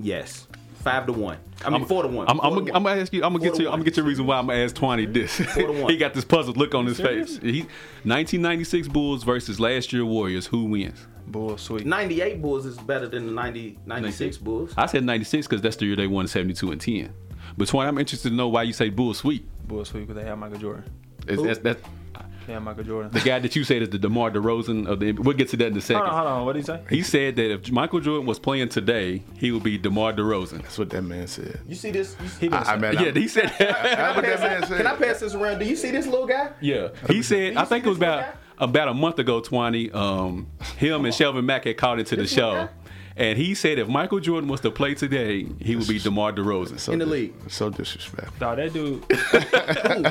Yes, five to one. I mean four to one.
I'm, I'm,
Four
gonna-
to one.
I'm gonna ask you. I'm gonna
Four
get
to
you. I'm
one.
gonna get your reason why I'm gonna ask Twani this.
to one.
he got this puzzled look on his face. He, 1996 Bulls versus last year Warriors. Who wins?
Bull sweet.
98 Bulls is better than the 90, 96 Bulls.
I said 96 because that's the year they won 72 and 10. But Twine, I'm interested to know why you say Bull sweep.
Bull sweet because they have Michael Jordan.
Is, that's, that's
They have Michael Jordan.
the guy that you said is the DeMar DeRozan of the. NBA. We'll get to that in a second.
Hold on, hold on. What did he say?
He said that if Michael Jordan was playing today, he would be DeMar DeRozan.
That's what that man said.
You see this? You see,
I, I mean,
Yeah,
yeah,
he said that.
that's what that man said.
can I pass this around? Do you see this little guy?
Yeah, he said. I think it was about about a month ago. Twenty. Um, him and Shelvin Mack had called into the show, and he said if Michael Jordan was to play today, he would be DeMar DeRozan.
so
in the
dis-
league.
So disrespectful.
Nah, that dude,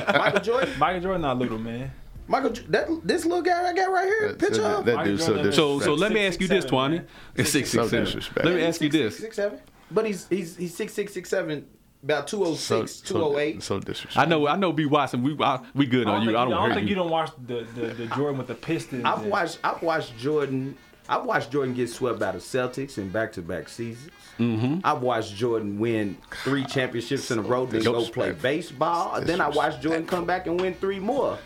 Ooh, Michael Jordan.
Michael Jordan, not little man.
Michael, J- that this little guy I got right here.
That,
picture
that,
of
that dude so
Jordan is-
So,
disrespectful.
so let me
Six,
ask you
six,
this,
seven,
Twani.
man.
It's six
So
six seven.
disrespectful.
Let me ask you
Six,
this.
six, seven. But he's he's he's six six six seven, about 206,
so, so,
208.
so disrespectful.
I know, I know. B Watson, we I, we good on you. I don't
think, I
want to
think
hurt
you
you.
don't watch the, the, the Jordan with the Pistons.
I've
and-
watched I've watched Jordan. I've watched Jordan get swept by the Celtics in back to back seasons.
Mm-hmm.
I've watched Jordan win three championships in a row, then go play baseball. Then I watched Jordan come back and win three more.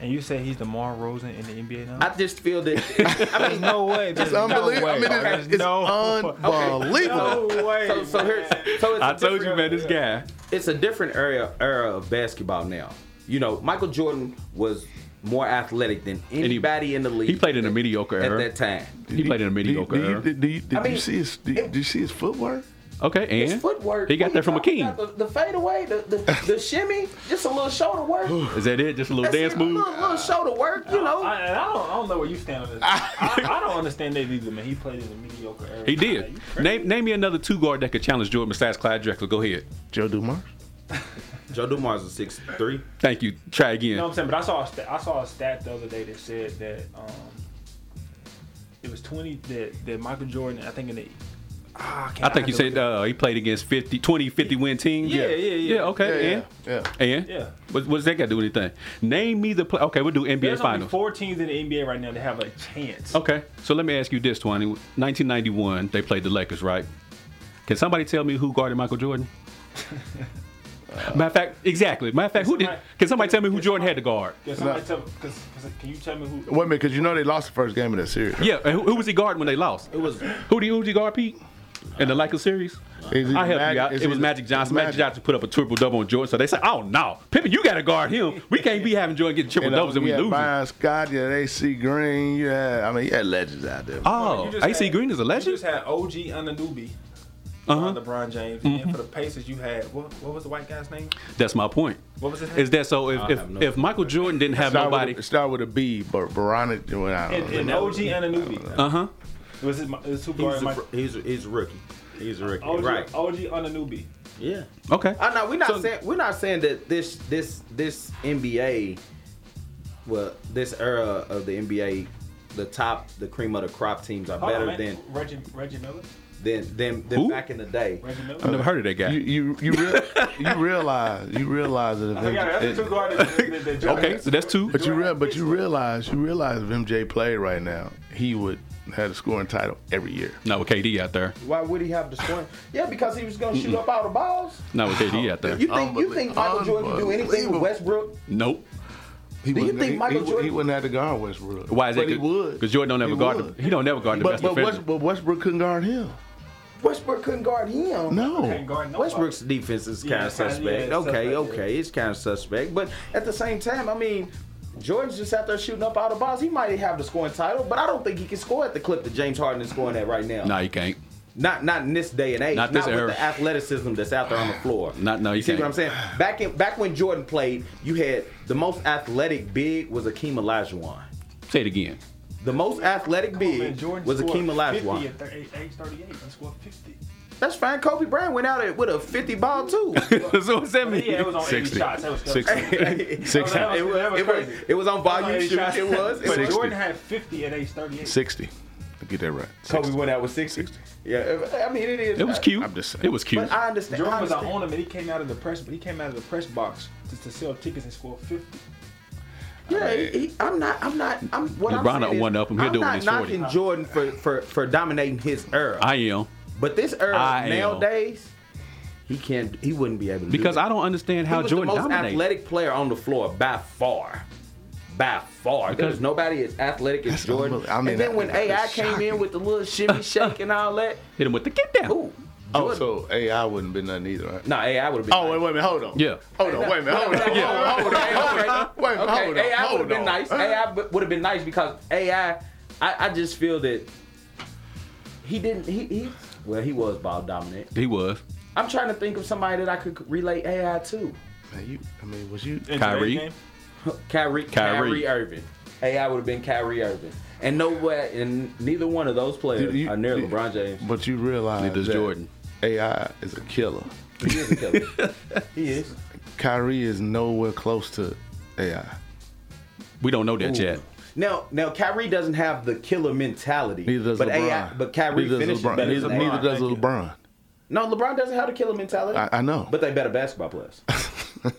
And you say he's DeMar DeRozan in the NBA now?
I just feel that. I mean,
no way. That's
Unbelievable. I
No way.
mean, it's,
There's
it's
no
unbelievable.
no way.
way.
So, so, here, so it's a
I told you,
different-
man. This guy.
it's a different era era of basketball now. You know, Michael Jordan was more athletic than anybody in the league.
He played in a mediocre
at
era.
that time.
He played in a mediocre
Did, you-
era.
did, you- did
I mean,
you see his? Did,
it-
did you see his footwork?
Okay,
His
and
footwork.
he got
what
that from
you talking
Akeem.
about? The, the fadeaway, the, the, the shimmy, just a little shoulder work.
Is that it? Just a little
That's
dance
it, a
move.
Little, little shoulder work, you know.
I, and I don't, I don't know where you stand on this. I, I don't understand that either, man. He played in a mediocre era.
He did. Name, name me another two guard that could challenge Jordan besides Clyde Drexler. Go ahead.
Joe Dumars.
Joe Dumars is six three.
Thank you. Try
You know what
again.
I'm saying? But I saw a sta I saw a stat the other day that said that um, it was 20 that, that Michael Jordan. I think in the ah, can't-
I think
have
you
to
said
look
uh, he played against 50, 20, 50 win teams.
Yeah, yeah, yeah.
Yeah, okay.
Yeah,
and
yeah,
and
Yeah.
What, what's that got to do with anything? Name me the play. Okay, we'll do NBA
There's only
Finals.
four teams in the NBA right now that have a chance.
Okay, so let me ask you this, Twenty. 1991, they played the Lakers, right? Can somebody tell me who guarded Michael Jordan? Matter of fact, exactly. Matter of fact, who did? Can somebody tell me who Jordan had to guard?
Can, somebody tell, cause, 'cause can you tell me who?
Wait a minute, because you know they lost the first game of that series.
Yeah, and who, who was he guarding when they lost?
It was
Who do you, who did you guard, Pete? In the Lakers series?
Is it
I helped
Mag-
you out.
is
It was
it-
Magic Johnson.
it's
Magic Johnson put up a triple double on Jordan, so they said, "Oh no, Pippen, you got to guard him. We can't be having Jordan getting triple
And, uh,
doubles and we
you had
losing."
Byron Scott, yeah, AC Green, yeah. I mean, you had legends out there.
Oh,
You just
AC
had-
Green is a
You
legend.
just had OG Ananubi.
Uh-huh. Mm-hmm.
Uh-huh. LeBron James, and then for the Pacers, you had what? What was the white guy's name?
That's my point.
What was his name?
Is that so? If if,
have no
if Michael Jordan didn't have
start
nobody,
With a, start with a B, but Veronica. Well, I
And,
don't know.
and OG Ananubi.
uh huh.
It was his, it was who
he's
guarded
a,
my.
fr- he's a, he's a rookie. Oh, He's a rookie.
OG,
right.
OG Ananubi.
Yeah.
Okay.
I know we're not
So-
saying we're not saying that this this this NBA, well, this era of the NBA, the top the cream of the crop teams are
Hold
better
on, man.
than
Reggie Reggie Miller.
than than, than
Who?
back in the day.
Reggie Miller.
I've never heard of that guy.
You you you, real, you realize you realize that if
I forgot, that's the two
MJ,
guards that- that- that Jordan-
okay, so that's two.
but you real but you realize you realize if MJ played right now, he would have a scoring title every year.
Not with KD out there.
Why would he have the scoring? Yeah, because he was gonna shoot up all the balls.
Not with KD out there.
You think you think Michael Jordan can do anything
Unbelievable.
with Westbrook?
Nope.
He
Do you
wouldn't-
think
he-
Michael
he,
Jordan-
He wouldn't have to guard Westbrook.
Why is
but
that?
He would
Because Jordan don't ever
He
guard.
would.
The, he don't never guard the
But
best
but,
defender.
West, but Westbrook couldn't guard him.
Westbrook couldn't guard him.
Can't
No.
guard nobody.
Westbrook's defense is kind
Yeah,
of
it's kinda-
suspect.
yeah, it's
okay,
suspect,
okay, it's kind of suspect. But at the same time, I mean, Jordan's just out there shooting up all the balls. He might have the scoring title, but I don't think he can score at the clip that James Harden is scoring at right now.
no, you can't.
Not not in this day and age.
Not
Not,
this
with
era.
the athleticism that's out there on the floor.
Not- no, you
see
can't.
what I'm saying? Back in back when Jordan played, you had the most athletic big was Akeem Olajuwon.
Say it again.
The most athletic
Come on,
big
man, Jordan
was
scored
Akeem
50
Olajuwon.
at thir- age 38. He scored 50.
That's fine. Kobe Bryant went out at, with a 50 ball too.
so what's that mean?
Yeah, it was on 80 shots. That was crazy.
60.
Six.
That was-
It was,
that was
it, was,
crazy.
it was on
That
volume
was
shoot.
on 80
It was. It
But
was.
Jordan had 50 at age 38.
60. Get that right.
Kobe went out with 60. Yeah, I mean, it is.
It was cute.
I'm just saying.
It was cute.
But I understand. I
Jordan was an
understand.
owner, and he came out of the press, but he came out of the press box to, to sell tickets and score 50.
Yeah, he, he, I'm not. I'm not. I'm. What
LeBron
I'm
done
saying
one
is,
up him. He'll
I'm
do it when
not
he's 40.
knocking Jordan for, for for dominating his era.
I am.
but this era
I am.
nowadays, he can't. He wouldn't be able to.
Because
do it.
I don't understand
He
how
was
Jordan
the most
dominated.
athletic player on the floor by far. By far,
Because-
there's nobody as athletic as
That's
Jordan.
unbelievable. I mean,
and then when
that-
AI
that's
came in with the little shimmy shake and all that,
Hit him with the get down.
ooh, Jordan.
Oh, so AI wouldn't been nothing either, right?
no, AI would have been.
Oh, wait, wait a minute, hold on.
Yeah.
Hold on, wait a minute, hold on. Hold on, hold on, hold on. Wait a minute,
Okay,
hold on.
AI would have
hold
been
on.
nice. AI would have been nice because AI, I, I just feel that he didn't. He, he well, he was ball dominant.
He was.
I'm trying to think of somebody that I could relate AI to.
Man, you, I mean, was you?
In today's
Kyrie.
game,
Kyrie.
Kyrie, Kyrie, Irving. AI would have been Kyrie Irving. And no way, and neither one of those players
Dude, you-
are near
dude.
LeBron James.
But you realize
Neither is
that
Jordan.
AI is a killer.
He is a killer. he is.
Kyrie is nowhere close to AI.
We don't know that yet.
Now, now Kyrie doesn't have the killer mentality.
Neither does
but
LeBron.
AI, but Kyrie
neither does
finishes
LeBron.
better
Neither,
than
neither
LeBron.
does
Thank you.
LeBron.
No, LeBron doesn't have a killer mentality.
I, I know.
But they better basketball players.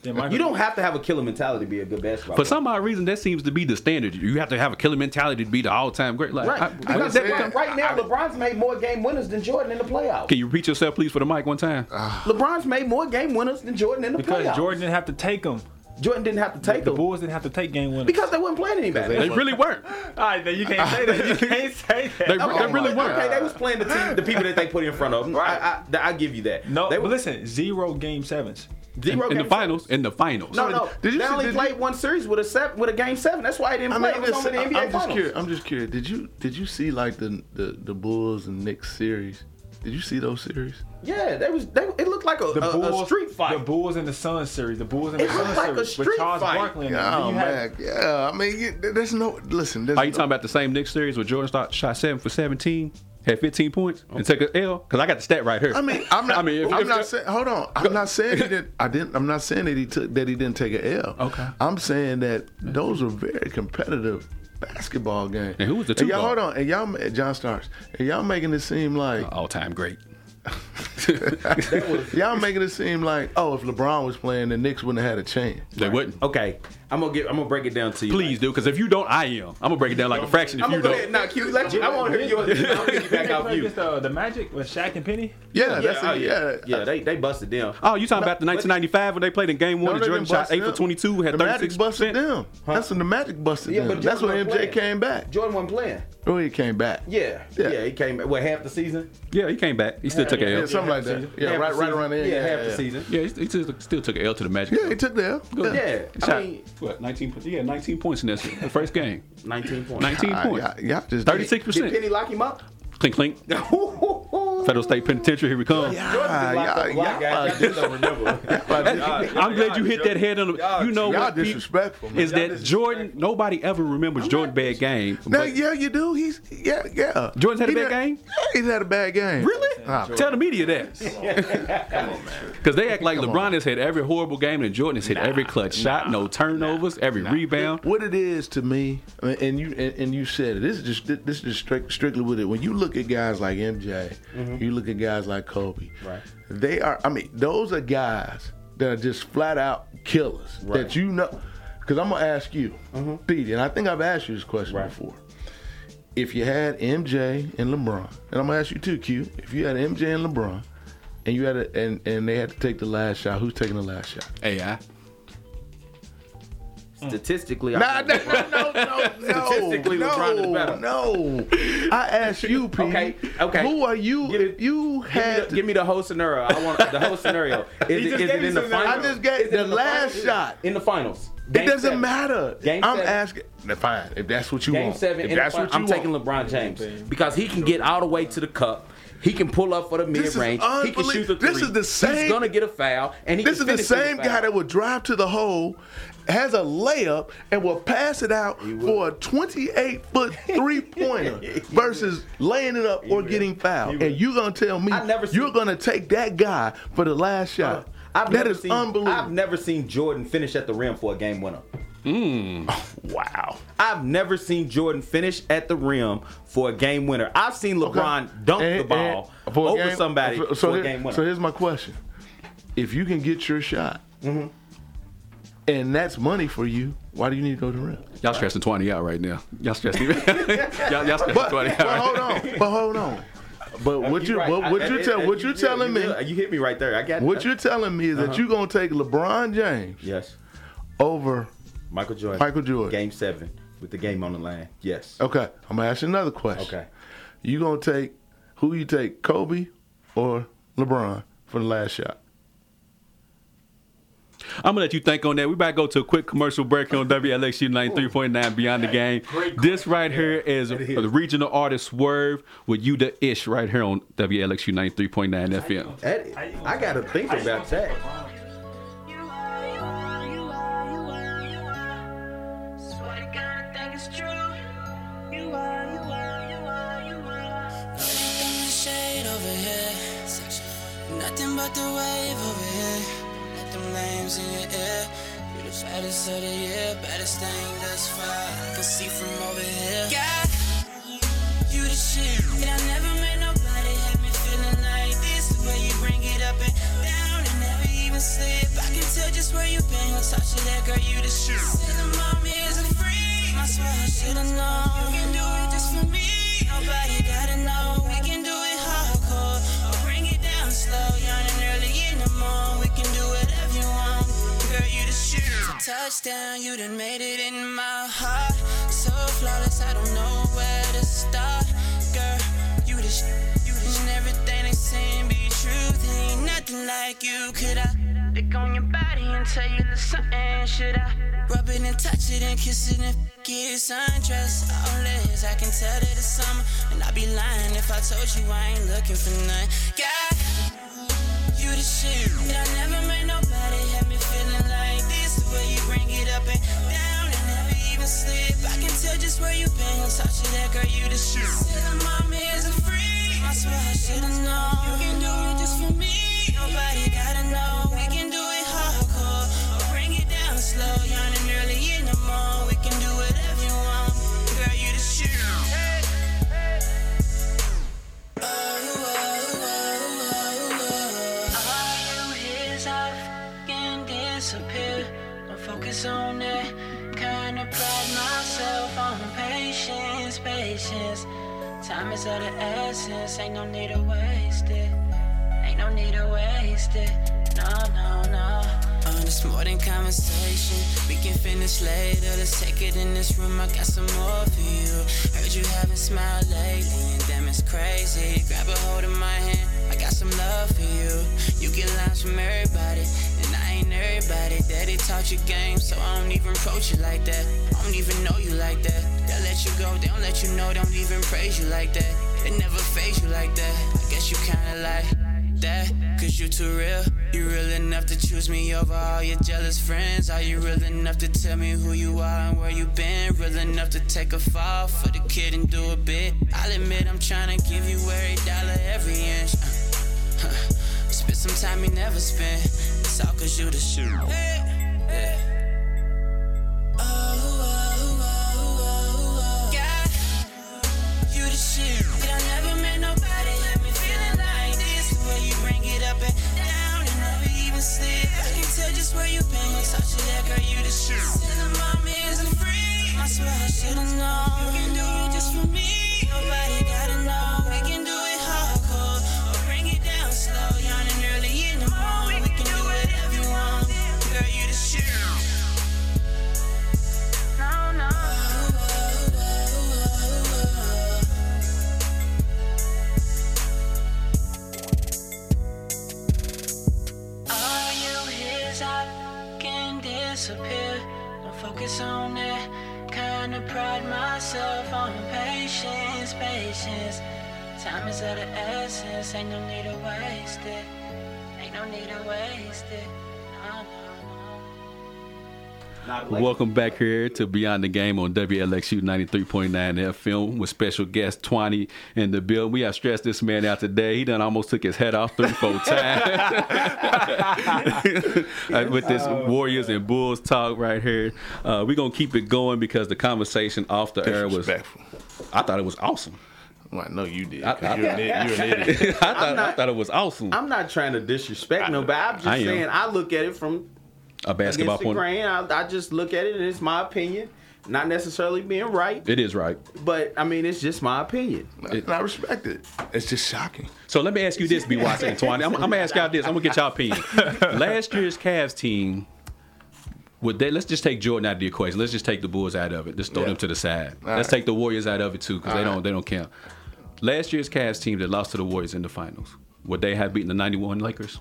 then Michael-
you don't have to have a killer mentality to be a good basketball
For
player.
some odd reason, that seems to be the standard. You have to have a killer mentality to be the all-time great. Like,
Right.
I-
Because
I-
understand.
that- right now, LeBron's made more game winners than Jordan in the playoffs.
can you repeat yourself, please, for the mic one time?
Uh, LeBron's made more game winners than Jordan in the
Because
playoffs.
Jordan didn't have to take him.
Jordan didn't have to take
The
them
Bulls didn't have to take game winners.
because they weren't playing anybody.
they really weren't.
All right, then you can't say that. You can't say that.
They, they really
Oh
okay,
weren't.
Okay, they was playing the team, the people that they put in front of them. I, I, I give you that.
no,
they
but
were,
listen, zero game sevens.
In,
Zero
in the
games.
finals. In the finals.
No, no.
Did you
they
see-
only
did
played one series with a seven, with a game seven. That's why they didn't
I
play.
mean,
It was
listen,
only
I-
the NBA
I'm just
Finals.
curious. I'm just curious. Did you did you see like the the, the Bulls and Knicks series? Did you see those series?
Yeah, they was. They, it looked like a, a, a street fight.
The Bulls and the Suns series. The Bulls and the
It looked
Suns
like a
series.
street
with Charles
fight.
Barkley and
Yeah,
them.
oh,
You had-
man. yeah. I mean, you, there's no listen. There's
Are Oh, you
no,
talking about the same Knicks series where Jordan start, shot seven for seventeen, had fifteen points, and took an L? Because I got the stat right here.
I mean, I'm not. I
I mean, if-
am
if-
not saying. Hold on. I'm not saying he didn't. I didn't. I'm not saying that he took that he didn't take an L.
Okay.
I'm saying that those are very competitive basketball games.
And who was the two
y'all,
ball?
hold on. And y'all, ma- John Starks. And y'all making it seem like
all-time great.
y'all making it seem like oh, if LeBron was playing, the Knicks wouldn't have had a chance.
They wouldn't.
Okay, I'm gonna get. I'm gonna break it down to you.
Please do, because if you don't, I am. I'm gonna break it down like a fraction. If
I'm
you
gonna go ahead.
don't,
Now, Q, let you. I want to hear yours. I'll get you back
They
off
played
you.
against, uh, the Magic with Shaq and Penny.
Yeah,
Yeah,
that's
oh,
it. Yeah.
yeah, yeah. They they busted them.
oh, you talking about the 1995 when they played in Game One?
No,
and
they
Jordan
didn't
shot
bust
eight
them.
for 22, had
the
36.
Magic busted them. That's when the Magic busted
Yeah,
them.
but
That's when
Jordan
MJ
wasn't playing.
came back.
Jordan wasn't playing.
Oh, he came back.
Yeah,
Yeah.
yeah. He came. What half the season?
Yeah, he came back. He still took an
Yeah,
L.
something like that. Yeah,
Half the
right, right
season.
around there.
Yeah, half the season.
Yeah, he, he still, still took an L to the Magic.
Yeah, he took the L.
Good.
Yeah,
He
I
shot,
mean-
what 19 points? Yeah, 19 points in that se- the first game.
19 points.
19
All right,
points,
y'all- Ah, y'all just-
36
Did Penny
percent.
lock him up?
Clink clink. Federal State Penitentiary. Here we come.
Jordan been locked
y'all-
up a lot,
y'all-
guys. Y'all just don't remember.
I'm glad you hit that head on. The, you know
Y'all
what? Pete?
disrespectful. Man.
is that Jordan? Nobody ever remembers Jordan bad game.
no,
but
yeah, you do. He's yeah, yeah.
Jordan's had a
He
bad
done-
game?
Yeah, he's had a bad game.
Really?
Ah,
Tell the media that. Because they act like LeBron has hit every horrible game and Jordan has hit every clutch shot, no turnovers, every rebound.
what it is to me, I mean, and you and, and you said it. This is just this is just strict, strictly with it. When you look at guys like MJ, you look at guys like Kobe.
Mm-hmm. Right.
They are. I mean, those are guys that are just flat out killers. That
Right. Mm-hmm.
you know. Because I'm gonna ask you, Petey, and I think I've asked you this question
Right.
before. If you had MJ and LeBron, and I'm gonna ask you too, Q. If you had MJ and LeBron, and you had a, and and they had to take the last shot, who's taking the last shot?
AI. Mm.
Statistically,
Nah,
I
no, no, no, no.
Statistically,
no,
LeBron is better.
No, I asked you, Pete.
Okay, okay.
Who are you?
Get it-
you
give me,
had.
the, give me the whole scenario. I want the whole scenario. Is, it,
just
is
gave
it
you
in the
scenario.
finals?
I just gave
Is it
the
in the
last
finals?
shot.
In the finals.
it
Game
doesn't
seven.
matter.
Game
I'm
seven.
asking. Now, Fine, if that's what you
Game
want.
seven.
if
in the
that's
finals.
what you
I'm taking
want.
LeBron James because he can get all the way to the cup. He can pull up for the mid
This is
range. He can shoot the
unbelievable.
three.
This is the
He's
same-
gonna get a foul, and he
This is
can
the
finish with a
same
foul.
guy that would drive to the hole, has a layup, and will pass it out for a 28 foot three pointer versus laying it up or getting fouled. And you're going to tell me
I never
you're
seen- Uh,
going to take that guy for the last shot.
I've
That
never
is
seen,
unbelievable.
I've never seen Jordan finish at the rim for a game winner.
wow.
I've never seen Jordan finish at the rim for a game winner. I've seen LeBron dunk the
And-
ball
and for a
over
game-
somebody
So,
for,
so
a
here-
game winner.
so here's my question: If you can get your shot,
Mm-hmm.
and that's money for you, why do you need to go to the rim?
Y'all stressing 20 out right now. Y'all stressing. y'all, y'all stressing
But,
20 out.
but
right
hold on. But hold on. But what you
right.
what,
I-
what you
I-
tell
I-
what you're
yeah,
telling me
you Uh-huh. hit- You hit me right there. I got
what you're telling me is that you're gonna take LeBron James
Yes,
over.
Michael Jordan.
Michael Jordan. Oh.
Game seven with the game on the line. Yes.
Okay, I'm gonna ask you another question.
Okay.
you gonna take who you take Kobe or LeBron for the last shot?
I'm gonna let you think on that. We about to go to a quick commercial break here on WLXU 93.9 Beyond the Game. This right here is the regional artist Swerve with you the ish right here on WLXU 93.9 FM.
That, I gotta think about that.
You are, you are, you are, you are, you are. Swear to God, I think it's true. You are, you are, you are, you are.
Nothing but shade over here. Nothing but the wave over here. Let them names in your ear. You the baddest of the year, baddest thing that's far. I can see from over here. God, you the shit. And I never met nobody have me feeling like this. The way you bring it up and down and never even slip. I can tell just where you been. What type shit that girl, you the shit. Say the mommy is a freak. I swear I should've known. You can do it just for me. Nobody gotta know. We can do it hardcore. Or bring it down slow. Young and early in the morning. We can do whatever you want. Girl, you the shit. Touchdown, you done made it in my heart. So flawless, I don't know where to start. Girl, you the shit. You the shit. And everything they saying be truth. Ain't nothing like you. Could I? The dick on your body until you look something. Should I rub it and touch it and kiss it and f- get sundress? All this I can tell that it's summer, and I'd be lying if I told you I ain't looking for none. Yeah, you the shit. And I never met nobody had me feeling like this. The way you bring it up and down and never even slip. I can tell just where you been. Touch you that girl, you the shit. Said her mama is a freak. I swear I should've known. You can do it just for me. Nobody gotta know. We can do it hardcore or bring it down slow. Yawning early in the morning. We can do whatever you want. Girl, you the shit. Oh, oh, oh, oh, oh. All you hear is I fucking disappear. Don't focus on that. Kinda pride myself on patience, patience. Time is of the essence. Ain't no need to waste it. Ain't no need to waste it. No, no, no. On this more than conversation, we can finish later. Let's take it in this room. I got some more for you. Heard you haven't smiled lately, and damn, it's crazy. Grab a hold of my hand. I got some love for you. You get lines from everybody, and I ain't everybody. Daddy taught you game, so I don't even approach you like that. I don't even know you like that. They'll let you go, they don't let you know, don't even praise you like that. They never phase you like that. I guess you kinda like that, cause you too real. You real enough to choose me over all your jealous friends? Are you real enough to tell me who you are and where you been? Real enough to take a fall for the kid and do a bit? I'll admit I'm tryna give you every dollar, every inch. Uh, huh. Spend some time you never spent. It's all cause you the shit. Yeah. Oh, oh, oh, oh, oh. God, you the shit. But I never met nobody had me feeling like this. The way you bring it up and down and never even slip. I can tell just where you been. You touch it, that girl, you the shit. Still, mama is a freak. I swear I should've known. You can do it just for me. Nobody gotta know. We can do it hardcore or bring it down slow. Yawning early in the morning. We can do whatever you want. Girl, you the shit. No, no. All you hear is I can disappear. Don't focus on that. Kinda pride myself on patience, patience. Time is of the essence. Ain't no need to waste it. Ain't no need to waste it. No, no, no.
Welcome back here to Beyond the Game on WLXU 93.9 FM with special guest Twani in the bill. We have stressed this man out today. He done almost took his head off three, four times Uh, with this Warriors and Bulls talk right here. Uh, We're going to keep it going because the conversation off the air was,
Disrespectful.
I thought it was awesome.
Well, I know you did.
I-
'cause
I-
you're, an, i- you're an idiot.
I, thought, I
not-
thought it was awesome.
I'm not trying to disrespect nobody. I'm just
I am.
saying I look at it from
A basketball
against the
point.
grain. I, I just look at it and it's my opinion, not necessarily being right,
It is right.
but I mean it's just my opinion.
And I respect it. It's just shocking.
So let me ask you this, B. Watson and Twine. I'm, I'm gonna ask y'all this. I'm gonna get y'all opinion. Last year's Cavs team, would they? Let's just take Jordan out of the equation. Let's just take the Bulls out of it. Just throw
Yeah.
them to the side.
All
let's
right.
take the Warriors out of it too, because they
All
don't
right.
they don't count. Last year's Cavs team that lost to the Warriors in the finals, would they have beaten the '91 Lakers?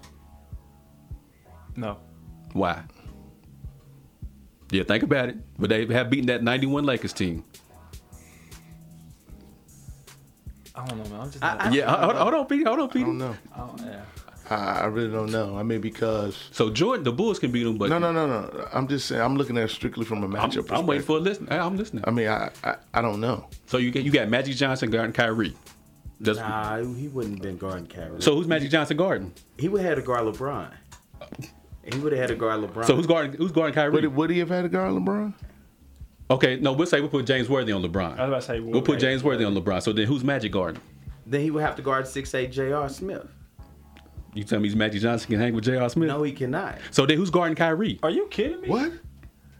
No.
Why? Yeah, think about it. Would they have beaten that '91 Lakers team?
I don't know, man. I'm just.
I-
not-
Yeah, hold, hold on, Pete. Hold on,
I
Pete.
don't know.
I don't- yeah.
I, I really don't know. I mean, because
So Jordan, the Bulls can beat them, but
no, no, no, no. I'm just saying. I'm looking at it strictly from a matchup
I'm,
perspective.
I'm waiting for a listen. I- I'm listening.
I mean, I, I, I don't know.
So you get you got Magic Johnson guarding Kyrie. That's-
Nah, he wouldn't have been guarding Kyrie.
So who's Magic Johnson guarding?
he would have had to guard LeBron. He would have had to guard LeBron.
So who's guarding who's guarding
Would,
Kyrie?
it, would he have had a guard LeBron?
Okay, no, we'll say we'll put James Worthy on LeBron.
I was about to say,
we'll put James Worthy on LeBron. So then who's Magic guarding?
then he would have to guard six eight J.R. Smith.
You tell me he's Magic Johnson can hang with J.R. Smith?
No, he cannot.
So then who's guarding Kyrie?
Are you kidding me?
What?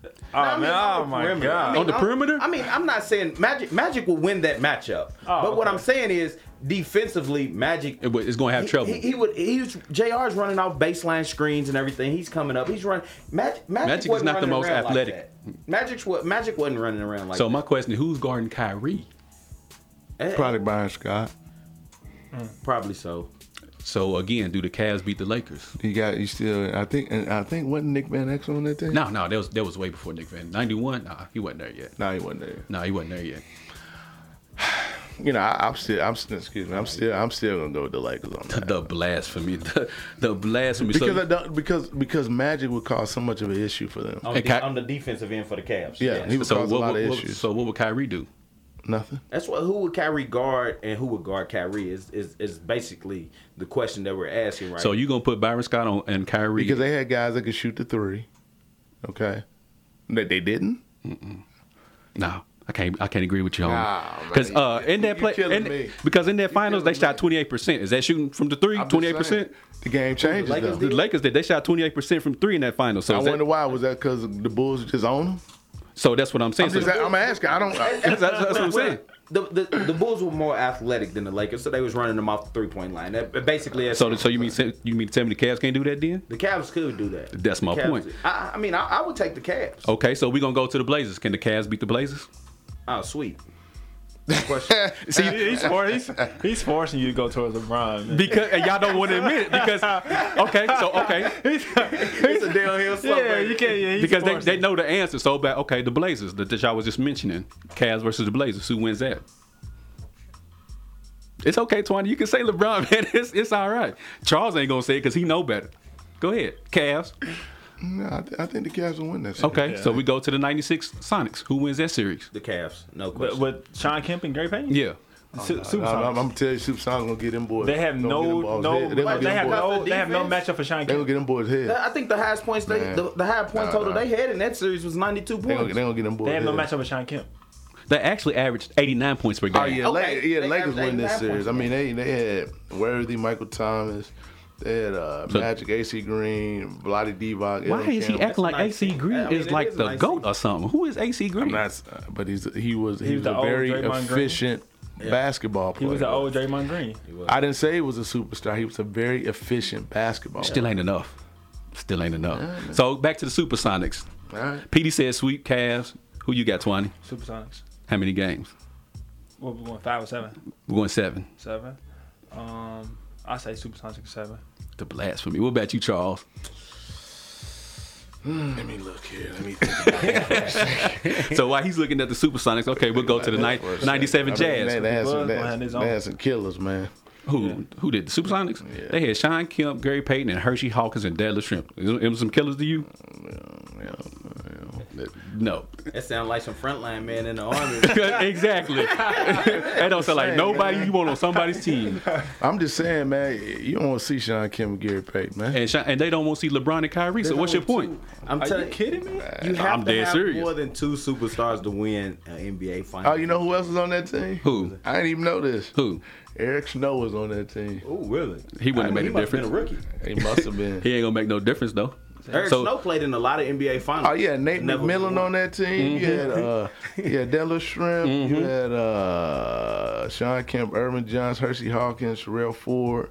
Oh,
I mean,
man,
on
oh
the
my
perimeter.
God.
I mean,
On the
I'm-
perimeter?
I mean, I'm not saying Magic. Magic will win that matchup. but what
Oh, okay.
I'm saying is, defensively, Magic
It wa- It's going to have
he-
trouble.
He, he would. He's Jr's running off baseline screens and everything. He's coming up. He's running. Magic, Magic,
Magic is
wasn't
not the
running
most
around like
athletic.
that. Magic's what Magic wasn't running around like.
so my question is who's guarding Kyrie?
that. Eh,
Probably Brian Scott.
probably so.
So again, do the Cavs beat the Lakers?
You got you still. I think and I think wasn't Nick Van X on that thing.
No, no, that was that was way before Nick Van. Ninety one, nah, he wasn't there yet.
no, he wasn't there.
No, he wasn't there yet.
You know, I, I'm still. I'm still. Excuse me. I'm still. I'm still gonna go with the Lakers on that.
The blasphemy, the, the blasphemy.
Because I
so,
don't, because because Magic would cause so much of an issue for them.
On,
Hey,
the,
Ky-
on the defensive end for the Cavs.
Yeah,
yes.
he would
so
cause
what,
a lot
what-
of
what-
issues.
so what would Kyrie do?
Nothing.
That's what who would Kyrie guard and who would guard Kyrie is is, is basically the question that we're asking right.
So you gonna put Byron Scott on and Kyrie?
Because they had guys that could shoot the three. Okay. That they didn't.
no, I can't. I can't agree with you on
Nah, man,
because uh, in that
you
play,
killing
in-
me.
because in that finals they
killing
shot twenty eight percent. Is that shooting from the three?
I'm just
Twenty eight percent.
saying, The game changes
Lakers
though.
did?
The Lakers did. They shot twenty eight percent from three in that final. So
I
is that-
wonder why was that because the Bulls just own them?
so that's what I'm saying.
I'm, just,
So-
I'm asking. I don't. I,
that's, that's- that's what I'm saying.
the, the the Bulls were more athletic than the Lakers, so they was running them off the three point line. That basically
So so you mean you mean to tell me the Cavs can't do that then?
the Cavs could do that.
That's my
Cavs-
point.
I, I mean, I, I would take the Cavs. Oh,
Okay, so we're gonna go to the Blazers. Can the Cavs beat the Blazers?
sweet. Question.
See, he's, for, he's, he's forcing you to go towards LeBron. Man.
Because and y'all don't want to admit it. Because okay, so okay,
it's a downhill slope.
yeah, you can't. Yeah, he's
because they,
forcing
they
it.
know the answer. So bad. Okay, the Blazers that, that y'all was just mentioning, Cavs versus the Blazers. Who wins that? It's okay, Twani. You can say LeBron, man. It's it's all right. Charles ain't gonna say it because he know better. Go ahead, Cavs.
no, I, th- I think the Cavs will win this.
Okay, so we go to the '96 Sonics. Who wins that series?
The Cavs, no
But
question.
with Sean Kemp and Gary Payton.
Yeah.
Oh,
Su-
I'm,
Super
I'm,
Sonics.
I'm telling you, Super Sonic gonna get them boys.
They have
gonna get them
no
boys'
no
head. They gonna
they
get
have
them boys.
no they have no
defense.
matchup for Sean
They gonna
Kemp.
get them boys head.
I think the highest points they
Man.
the, the high point
No, no.
total they had in that series was ninety two points.
They gonna, they gonna get them boys.
They have no
head.
matchup for Sean Kemp.
They actually averaged 89 points per game.
Oh yeah,
Okay,
Lake, yeah,
they
Lakers
got-
win
they
this
got
series.
points.
I mean, they they had Worthy, Michael Thomas, they had uh,
So-
Magic, AC Green, Blotty Divock.
Why
Elton
is he
Campbell.
acting like
That's a nice
AC
team.
Green
I mean,
is
it
like
is a
the
nice
goat
team.
or something? Who is AC Green?
I'm not, uh, but he's he was he,
was
was,
the
a
old
very
Draymond Green.
efficient basketball
He
player.
was the old Draymond Green.
I didn't say he was a superstar. He was a very efficient basketball.
Still ain't enough. Still ain't enough. So back to the Supersonics.
All right.
Petey said sweep Cavs. Who you got, Twani?
Supersonics.
How many games?
What we going five or seven?
We're going seven.
Seven. Um, I say Supersonics seven.
The blasphemy. What about you, Charles?
Let me look here. Let me think. About it.
so while he's looking at the Supersonics, okay, we'll go to the ni-
For a second.
97
I mean,
Jazz.
They, they, had some,
Buzz
they,
behind his
had-
own.
they had some killers, man.
Who who did the Supersonics?
Yeah.
They had Sean Kemp, Gary Payton, and Hershey Hawkins and Della Shrimp. Is them some killers to you?
You know, you know, that-
No.
that sounds like some frontline man in the army.
exactly. that don't sound like nobody you want on somebody's team.
I'm just saying, man. You don't want to see Sean Kim and Gary Payton, man.
and, Sha- and they don't want to see LeBron and Kyrie. So what's your point?
I'm
Are you
telling
kidding me?
You have
I'm
to
dead
have
serious.
more than two superstars to win an NBA final.
Oh, you know who else was on that team?
Who?
I didn't even know this.
Who?
Eric Snow was on that team.
Oh, really?
He wouldn't have made a
must
difference.
Been a rookie.
He must have been.
He ain't gonna make no difference though.
Eric
so
Snow played in a lot of NBA finals.
Oh yeah, Nate
Never
McMillan
won.
on that team. You
Mm-hmm.
had uh, you had Della Shrimp. You had uh, Sean Kemp, Irvin Johns, Hershey Hawkins, Sherelle Ford.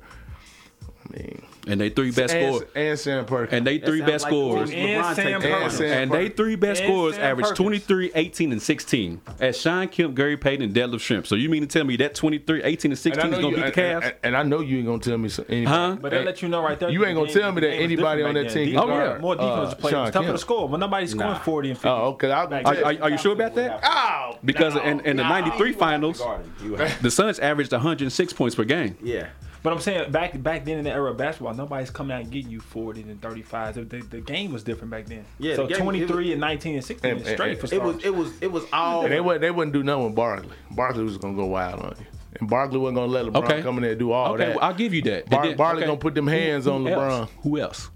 I mean,
and they three best
and,
scorers,
and Sam Perkins.
and they
That
three
sound
best
like the
scorers,
team
And
LeBron
Sam
take the
Perkins.
finals.
And Sam-
and they three best
And
scorers
Sam
averaged
Perkins.
23, 18, and 16. As Sean Kemp, Gary Payton, and Deadlift Shrimp. So you mean to tell me that 23, 18, and 16 is
know
gonna
you,
beat the
and,
Cavs?
and- and I know you ain't gonna tell me so, anybody.
Huh?
But they let you know right there.
You ain't gonna
the
tell me
the
that
was
anybody
different
on
back
that
then.
team
Defense-
could guard,
more defense
uh,
players.
Sean
It's tougher
Kemp.
to score, but nobody's scoring
Nah.
forty and fifty.
Oh, okay. I'll, Oh,
Back
are, are, are you sure about that?
Ow!
Because in, in the '93 finals,
Garden, you have-
the Suns averaged 106 points per game.
yeah.
But I'm saying back back then in the era of basketball, nobody's coming out and getting you 40 and 35. The, the, the game was different back then.
Yeah,
so
the game-
23 and 19 and 16
And-
is straight
and-
for
It
starters.
was it was it was all
And they wouldn't, they wouldn't do nothing with Barkley. Barkley was gonna go wild on you, and Barkley wasn't gonna let LeBron
Okay.
come in there and do
okay,
all Oh, that.
well, I'll give you that.
Bar-
And then-
Barley
okay.
gonna put them hands on
Who
LeBron.
else? Who else?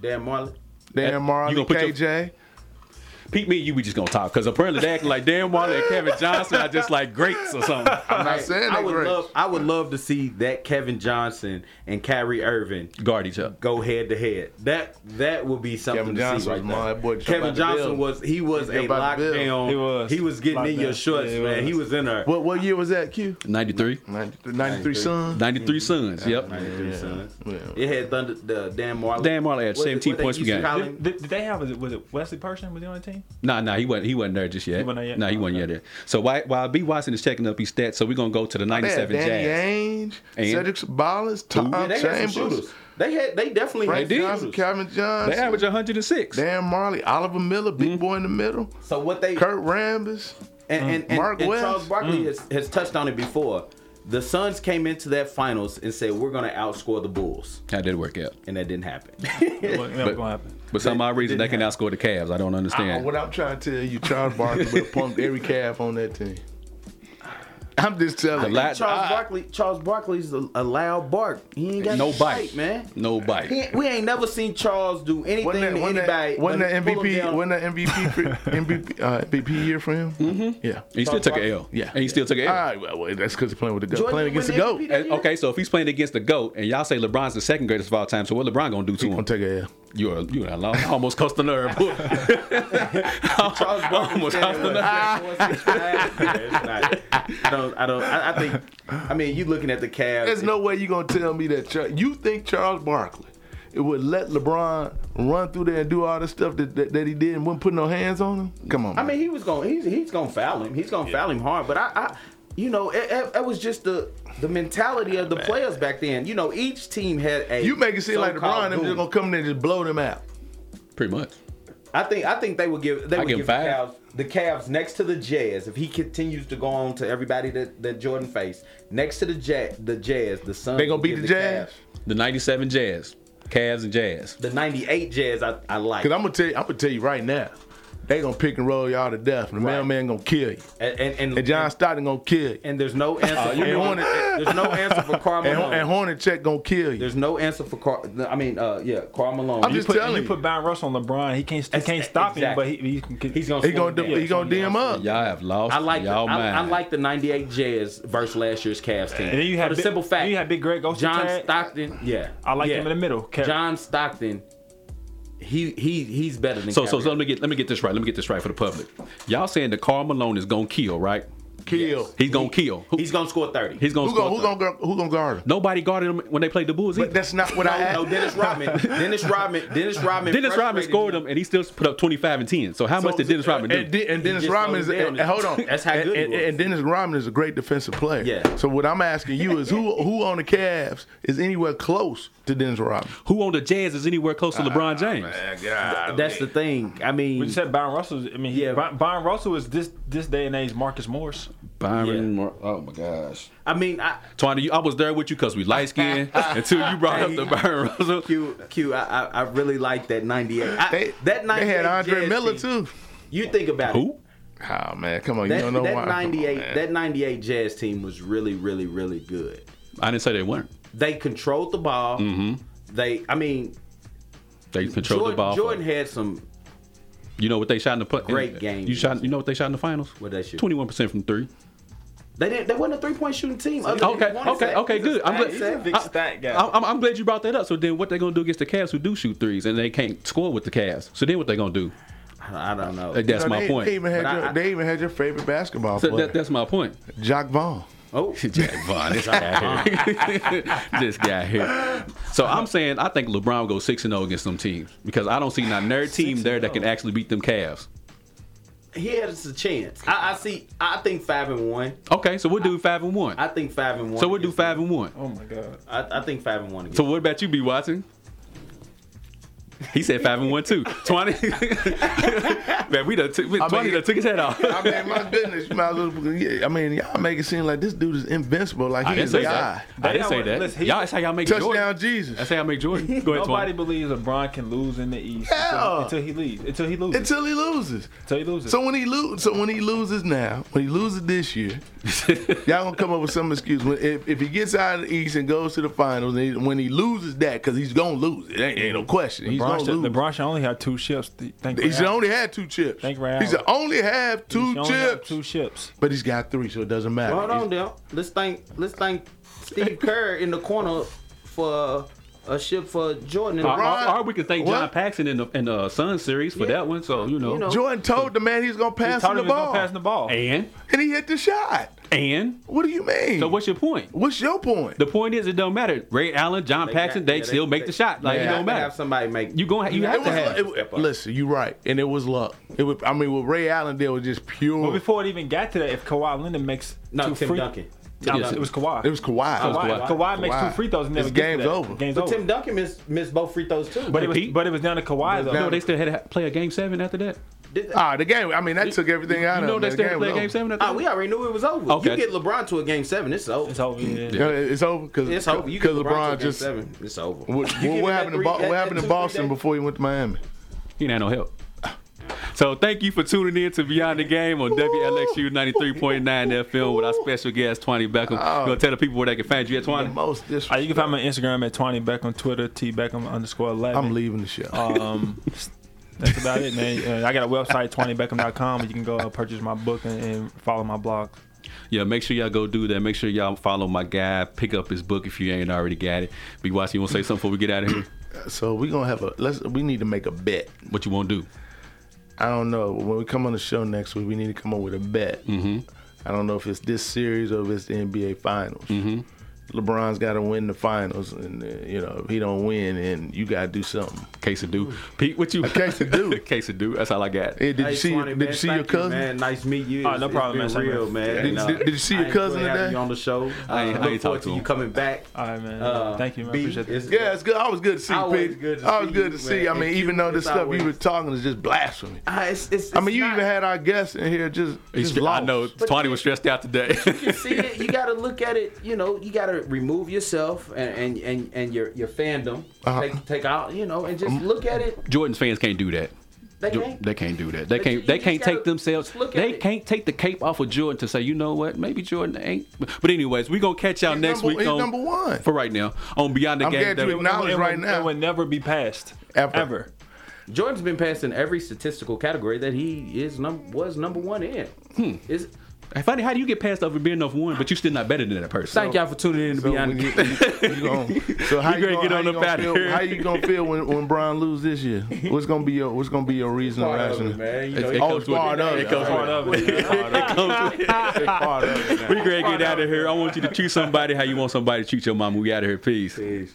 Dan Marley.
You
Dan Marley,
gonna put your-
KJ.
Pete, me and you, we just gonna talk because apparently they acting like Dan Waller and Kevin Johnson are just like greats or something.
I'm not saying
I
they
would
great.
love I would love to see that Kevin Johnson and Kyrie Irving
Guard each other.
go head to head. That that would be something
Kevin
to
Johnson
see right
was my
there.
boy, jump out
Kevin
the
Johnson
building.
was he was
He
a
jump out the building.
lockdown.
He was.
He was getting in
Lockdown.
your shorts,
Yeah, he
man. He
was.
was in there.
What what year was that? Q
93.
93, 93 son.
93 Suns, yep.
Yeah. Sons.
Yeah.
It had Thunder, the Dan Marley.
Dan Marley had
What-
17
what they
points per
used to
game.
call him?
did, did they have was it was it Wesley Person was he on the team? game?
No, no, he wasn't. He wasn't there just yet.
He wasn't there yet?
No, he
Oh,
wasn't yet there. So while, while B Watson is checking up his stats, so we're gonna go to the
They had
'97 Jazz.
Danny
And-
Ainge, Cedric Sabalas, Tom
Yeah, they had some
Chambers,
shooters. They had they definitely
Frank
had
did.
Johnson,
shooters.
Calvin Johnson,
They average 106.
Dan Marley, Oliver Miller,
Mm-hmm.
Big Boy in the middle,
So what they
Kurt Rambis.
and, and, and,
Mark
and
West. Mm.
Charles Barkley has, has touched on it before. The Suns came into that finals and said we're gonna outscore the Bulls,
That did work out,
and that didn't happen.
It wasn't gonna happen.
but some odd reason they
didn't Uh,
can outscore the Cavs. I don't
I,
understand.
what I'm trying to tell you, Charles Barkley would have pumped every calf on that team. I'm just telling you.
The I-
Charles
I-
Barkley, Charles Barkley's a, a loud bark. He ain't got
no
shit,
bite,
man.
No bite.
He- we ain't never seen Charles do anything
Wasn't that,
to
wasn't
anybody.
that, wasn't
but
that
pull him
MVP?
down.
Wasn't that MVP for, MVP uh, MVP year for him? Mm-hmm. Yeah.
He still took an L.
Yeah.
And he still took an L.
All right, well, well, that's because he's playing with the goat.
Jordan
Playing against the
win
goat.
MVP
He's
that
And,
year?
okay, so if he's playing against the GOAT and y'all say LeBron's the second greatest of all time, so what LeBron gonna do to
gonna
him?
take a L.
You're you done lost- almost cost the nerve.
Charles Barkley
almost
said
cost
it
the nerve.
was that four, six, five. Yeah, it's not- I don't. I don't. I, I think. I mean, you looking at the Cavs.
There's no way you're gonna tell me that Char- you think Charles Barkley it would let LeBron run through there and do all the stuff that, that, that he did and wouldn't put no hands on him? Come on.
I mean, he was going. He's he's going to foul him. He's going to foul him hard. But I, I you know, it, it, it was just the the mentality of the players back then. You know, each team had a.
you make it seem like
so-called
LeBron them just
goon.
gonna come in there and just blow them out.
Pretty much.
I think I think they would give they
I
would
give
give,
him
the
five.
Cavs the Cavs next to the Jazz if he continues to go on to everybody that, that Jordan faced next to the Jazz the Jazz the Suns
They gonna
would
beat
give
the Jazz.
Cavs-
The '97 Jazz, Cavs and Jazz.
the '98 Jazz I, I like
Cause I'm gonna tell you, I'm gonna tell you right now, they gonna pick and roll y'all to death. And the
Right.
mailman gonna kill you,
and and, and,
and John Stockton gonna kill you,
and there's no answer for
know
Hornet- there's no answer for Carl
and,
Malone.
and Hornacek gonna kill you.
there's no answer for Carl I mean uh, yeah Carl Malone
I'm
You
just
put,
telling
you
you.
put Bound Rush on LeBron. He can't he can't stop him, but he, he can.
he's gonna
He
slow
gonna
him
do,
down.
he gonna
Yeah,
DM up.
Y'all have lost.
I like the,
y'all
I, I
mind.
like the '98 Jazz versus last year's Cavs team.
And then you
For
had
the
Big-
simple fact
you had Big Greg Ocean
John
Tag.
Stockton. Yeah,
I like
yeah.
him in the middle. Kev-
John Stockton. He he he's better than
So, so
Kyrie.
so let me get let me get this right. Let me get this right for the public. Y'all saying that Carl Malone is gonna kill, right?
Kill.
He's gonna kill. Who-
he's gonna score thirty.
he's gonna
Who
score
gonna who
thirty.
gonna guard- who gonna guard him?
Nobody guarded him when they played the Bulls.
But
Either.
that's not what I
no,
asked.
Dennis Rodman. Dennis Rodman. Dennis Rodman.
Dennis Rodman
frustrated
scored
him.
him, and he still put up 25 and 10. So how much did Dennis Rodman do?
And, De- and Dennis
just
Rodman is
slowed down.
and- and hold on.
That's how
and,
good he
and,
was.
and Dennis Rodman is a great defensive player.
Yeah.
So what I'm asking you is who who on the Cavs is anywhere close to Dennis Rodman?
Who on the Jazz is anywhere close
Ah,
to LeBron James?
That's the thing. I mean,
We just said Byron Russell. I mean, yeah,
Yeah.
Byron Russell is this this day and age Marcus Morris.
Byron.
Yeah.
Mar- oh my gosh.
I mean, I,
Tony, you- I was there with you because we light skinned until you brought up the Byron Russell.
Q Q. I I, I really like that '98. I,
They,
that
they
'98
had Andre
Jazz
Miller
team,
too.
You think about it.
Who?
Oh man, come on, you
That,
don't know
that
why. Come on,
98
man.
that 98 Jazz team was really really really good.
I didn't say they weren't.
They controlled the ball.
Mm-hmm.
They I mean
They controlled
Jordan,
the ball.
Jordan had some
you know what they shot in the put?
Great game.
You shot. You know what they shot in the finals?
What they shoot?
21 percent from three.
they didn't they wasn't a three-point shooting team. other than
Okay,
one
okay,
sack.
okay, good. I'm
He's a
glad.
big
I- I- I'm, I'm glad you brought that up. So then, what they gonna do against the Cavs who do shoot threes and they can't score with the Cavs? So then, what they gonna do?
I don't know.
Like, That's
No,
my
they,
point.
They even, had
But
your,
I-
they even had your favorite basketball
So
player,
that, that's my point.
Jock Vaughn.
Oh,
Jack Vaughn, this guy here. this guy here. So I'm saying I think LeBron will go six and zero against some teams because I don't see not their team there
oh.
that can actually beat them Cavs.
he had us a chance. I, I see. I think five and one.
Okay, so we'll do five and one.
I think five and one.
So we'll do
against-
five and one.
Oh my God.
I, I think five and one. Against,
So what about you, B Watson? He said five and one too. Twenty. Man, we done took we-
mean-
Twenty done took his head off.
I mean, my goodness, you might as well. yeah, I mean, y'all make it seem like this dude is invincible, like
I didn't
he's
say
a guy.
that. I didn't say that.
Listen, he-
Y'all, that's how y'all make
Touchdown,
Jordan.
Jesus.
That's how y'all make Jordan. Go ahead,
Nobody
Twan.
believes LeBron can lose in the East
Yeah.
until, until he leaves. Until he loses.
until he loses.
until he loses.
So when he lose, so when he loses now, when he loses this year, y'all gonna come up with some excuse. When, if, if he gets out of the East and goes to the finals, and he- when he loses that, because he's gonna lose it, ain't, ain't no question. He's
Mm-hmm. LeBron
gonna
should,
lose.
LeBron should only have two ships. th- Thank
He's
God.
only had two chips.
Thank Ray
He's
Allen.
only had
He
two
should only have
chips,
Two ships.
but he's got three, so it doesn't matter.
Well, hold on,
He's-
Dale. Let's thank let's thank Steve Kerr in the corner for a ship for Jordan. And
Or,
Ron-
or- or we can thank John
what?
Paxson in the in the Sun series for that one. So you know,
You know.
Jordan told the man he's gonna pass him
Told
the
him he's gonna
ball,
pass the ball.
and
and he hit the shot.
and
What do you mean?
so what's your point?
What's your point?
The point is it don't matter. Ray Allen, John
They
Paxson,
got-
they
yeah,
still make the shot. Like
they
it
got
don't
to Have
matter.
somebody make
You going you
It
have to
was-
have.
it- it- listen, you're right, and it was luck. It was, I mean, what Ray Allen did was just pure.
But before it even got to that, if Kawhi Leonard makes
No,
two
Tim
free,
Duncan.
No,
Yes.
it was Kawhi.
it was Kawhi.
Kawhi.
Kawhi.
Kawhi makes two
Kawhi.
free throws and never
This
gets to
game's
that.
over.
Game's
But
over.
Tim Duncan missed missed both free throws too.
but it was
Pete-
but it was down to Kawhi though.
no, they still had to ha- play a game seven after that.
Ah, the game. I mean, that took everything out
You
of
know
him.
they
The
still had to
game
play a
was
game
over.
seven after
Ah,
that.
we already knew it was over.
Okay.
You get LeBron to a game seven, it's over.
It's over. Yeah.
Yeah, It's over because
It's over. You get
because LeBron
to a game
just.
seven, it's over.
What,
You
what,
give
happened
him that
in
three-
Bo-
that-
what happened
that
in
two, three
Boston
days?
before he went to Miami?
He ain't had no help. So thank you for tuning in to Beyond the Game on WLXU 93.9 FM with our special guest, Twani Beckham.
Oh.
you going to tell the people where they can find you at,
The
Twani?
most
Uh, you
disrespect.
can find me on Instagram at Twani Beckham, Twitter T Beckham underscore eleven.
I'm leaving the show.
Uh,
Um, that's about it, man. Uh, I got a website, twantybeckham.com. where You can go uh, purchase my book and, and follow my blog.
Yeah, make sure y'all go do that. Make sure y'all follow my guy. Pick up his book if you ain't already got it. Be watching. You want to say something before we get out of here?
so we're gonna have a let's we need to make a bet.
What you want to do?
I don't know. When we come on the show next week, we need to come up with a bet. Mm-hmm. I don't know if it's this series or if it's the NBA Finals.
Mm-hmm.
LeBron's got to win the finals, and uh, you know if he don't win, and you got to do something.
Case of do. Pete, what you?
case of do.
case of do. That's all I got.
Hey, did
Hey,
you see?
Swanee,
did
man,
you see
thank
your cousin?
Man, nice meet you.
Oh, no
It's-
problem,
it's
man.
been real, man.
Did-
uh,
did- did you see your
I enjoy
cousin
having
today?
You on the show. Uh,
I ain't- I
look
ain't
forward
talked to
you
him.
coming back.
All right, man.
Uh,
Thank you, man. I
B,
appreciate that.
it's-
Yeah, it's good. Always good to see you,
Always
Pete.
good to
always
see
good to
you,
see you. I
man.
mean,
And
even
keep
though
it
the
this
stuff
way.
you were talking is just blasphemy.
Uh, it's- it's-
I mean,
it's
you
not-
even had our guests in here just,
He's-
just
I
lost.
know Twani was stressed out today.
can see it. You got to look at it. You know, you got to remove yourself and and and, and your your fandom.
Uh-huh.
Take take out. You know, and just look at it.
Jordan's fans can't do that.
They
Ju-
can't.
They can't do Um, that. They
But you-
can't.
you
They
just
can't
gotta
take themselves.
just look at
They
it.
can't take the cape off of Jordan to say, you know what? Maybe Jordan ain't. But anyways, we gonna catch y'all
He's
next
number-
week
he's
on
number one.
for right now on Beyond the
I'm
Game.
glad you
W-
acknowledged- Knowledge
It would-
right now. Uh,
It would never be passed.
Ever.
Ever.
Jordan's been passed in every statistical category that he is num- was number one in.
Hmm.
Is
Hey, Funny, how do you get past over being number one, but you still not better than that person?
thank y'all for tuning in to
So,
Beyond.
when you, you gonna- so how
We
you
gonna
gonna,
get
how
on
you
up
gonna
outta
feel,
here.
How you gonna feel when, when Brian lose this year? What's gonna be your What's gonna be your reason and
Part of
rationale?
it, man. You
It's-
know,
it
you-
Oh,
comes
it's
with
part of it.
It comes
Part
with
of it. man. Part of
it.
it.
It's part of it, man.
We great get out of here. I want you to treat somebody how you want somebody to treat your mama. We out of here. Peace.
Peace.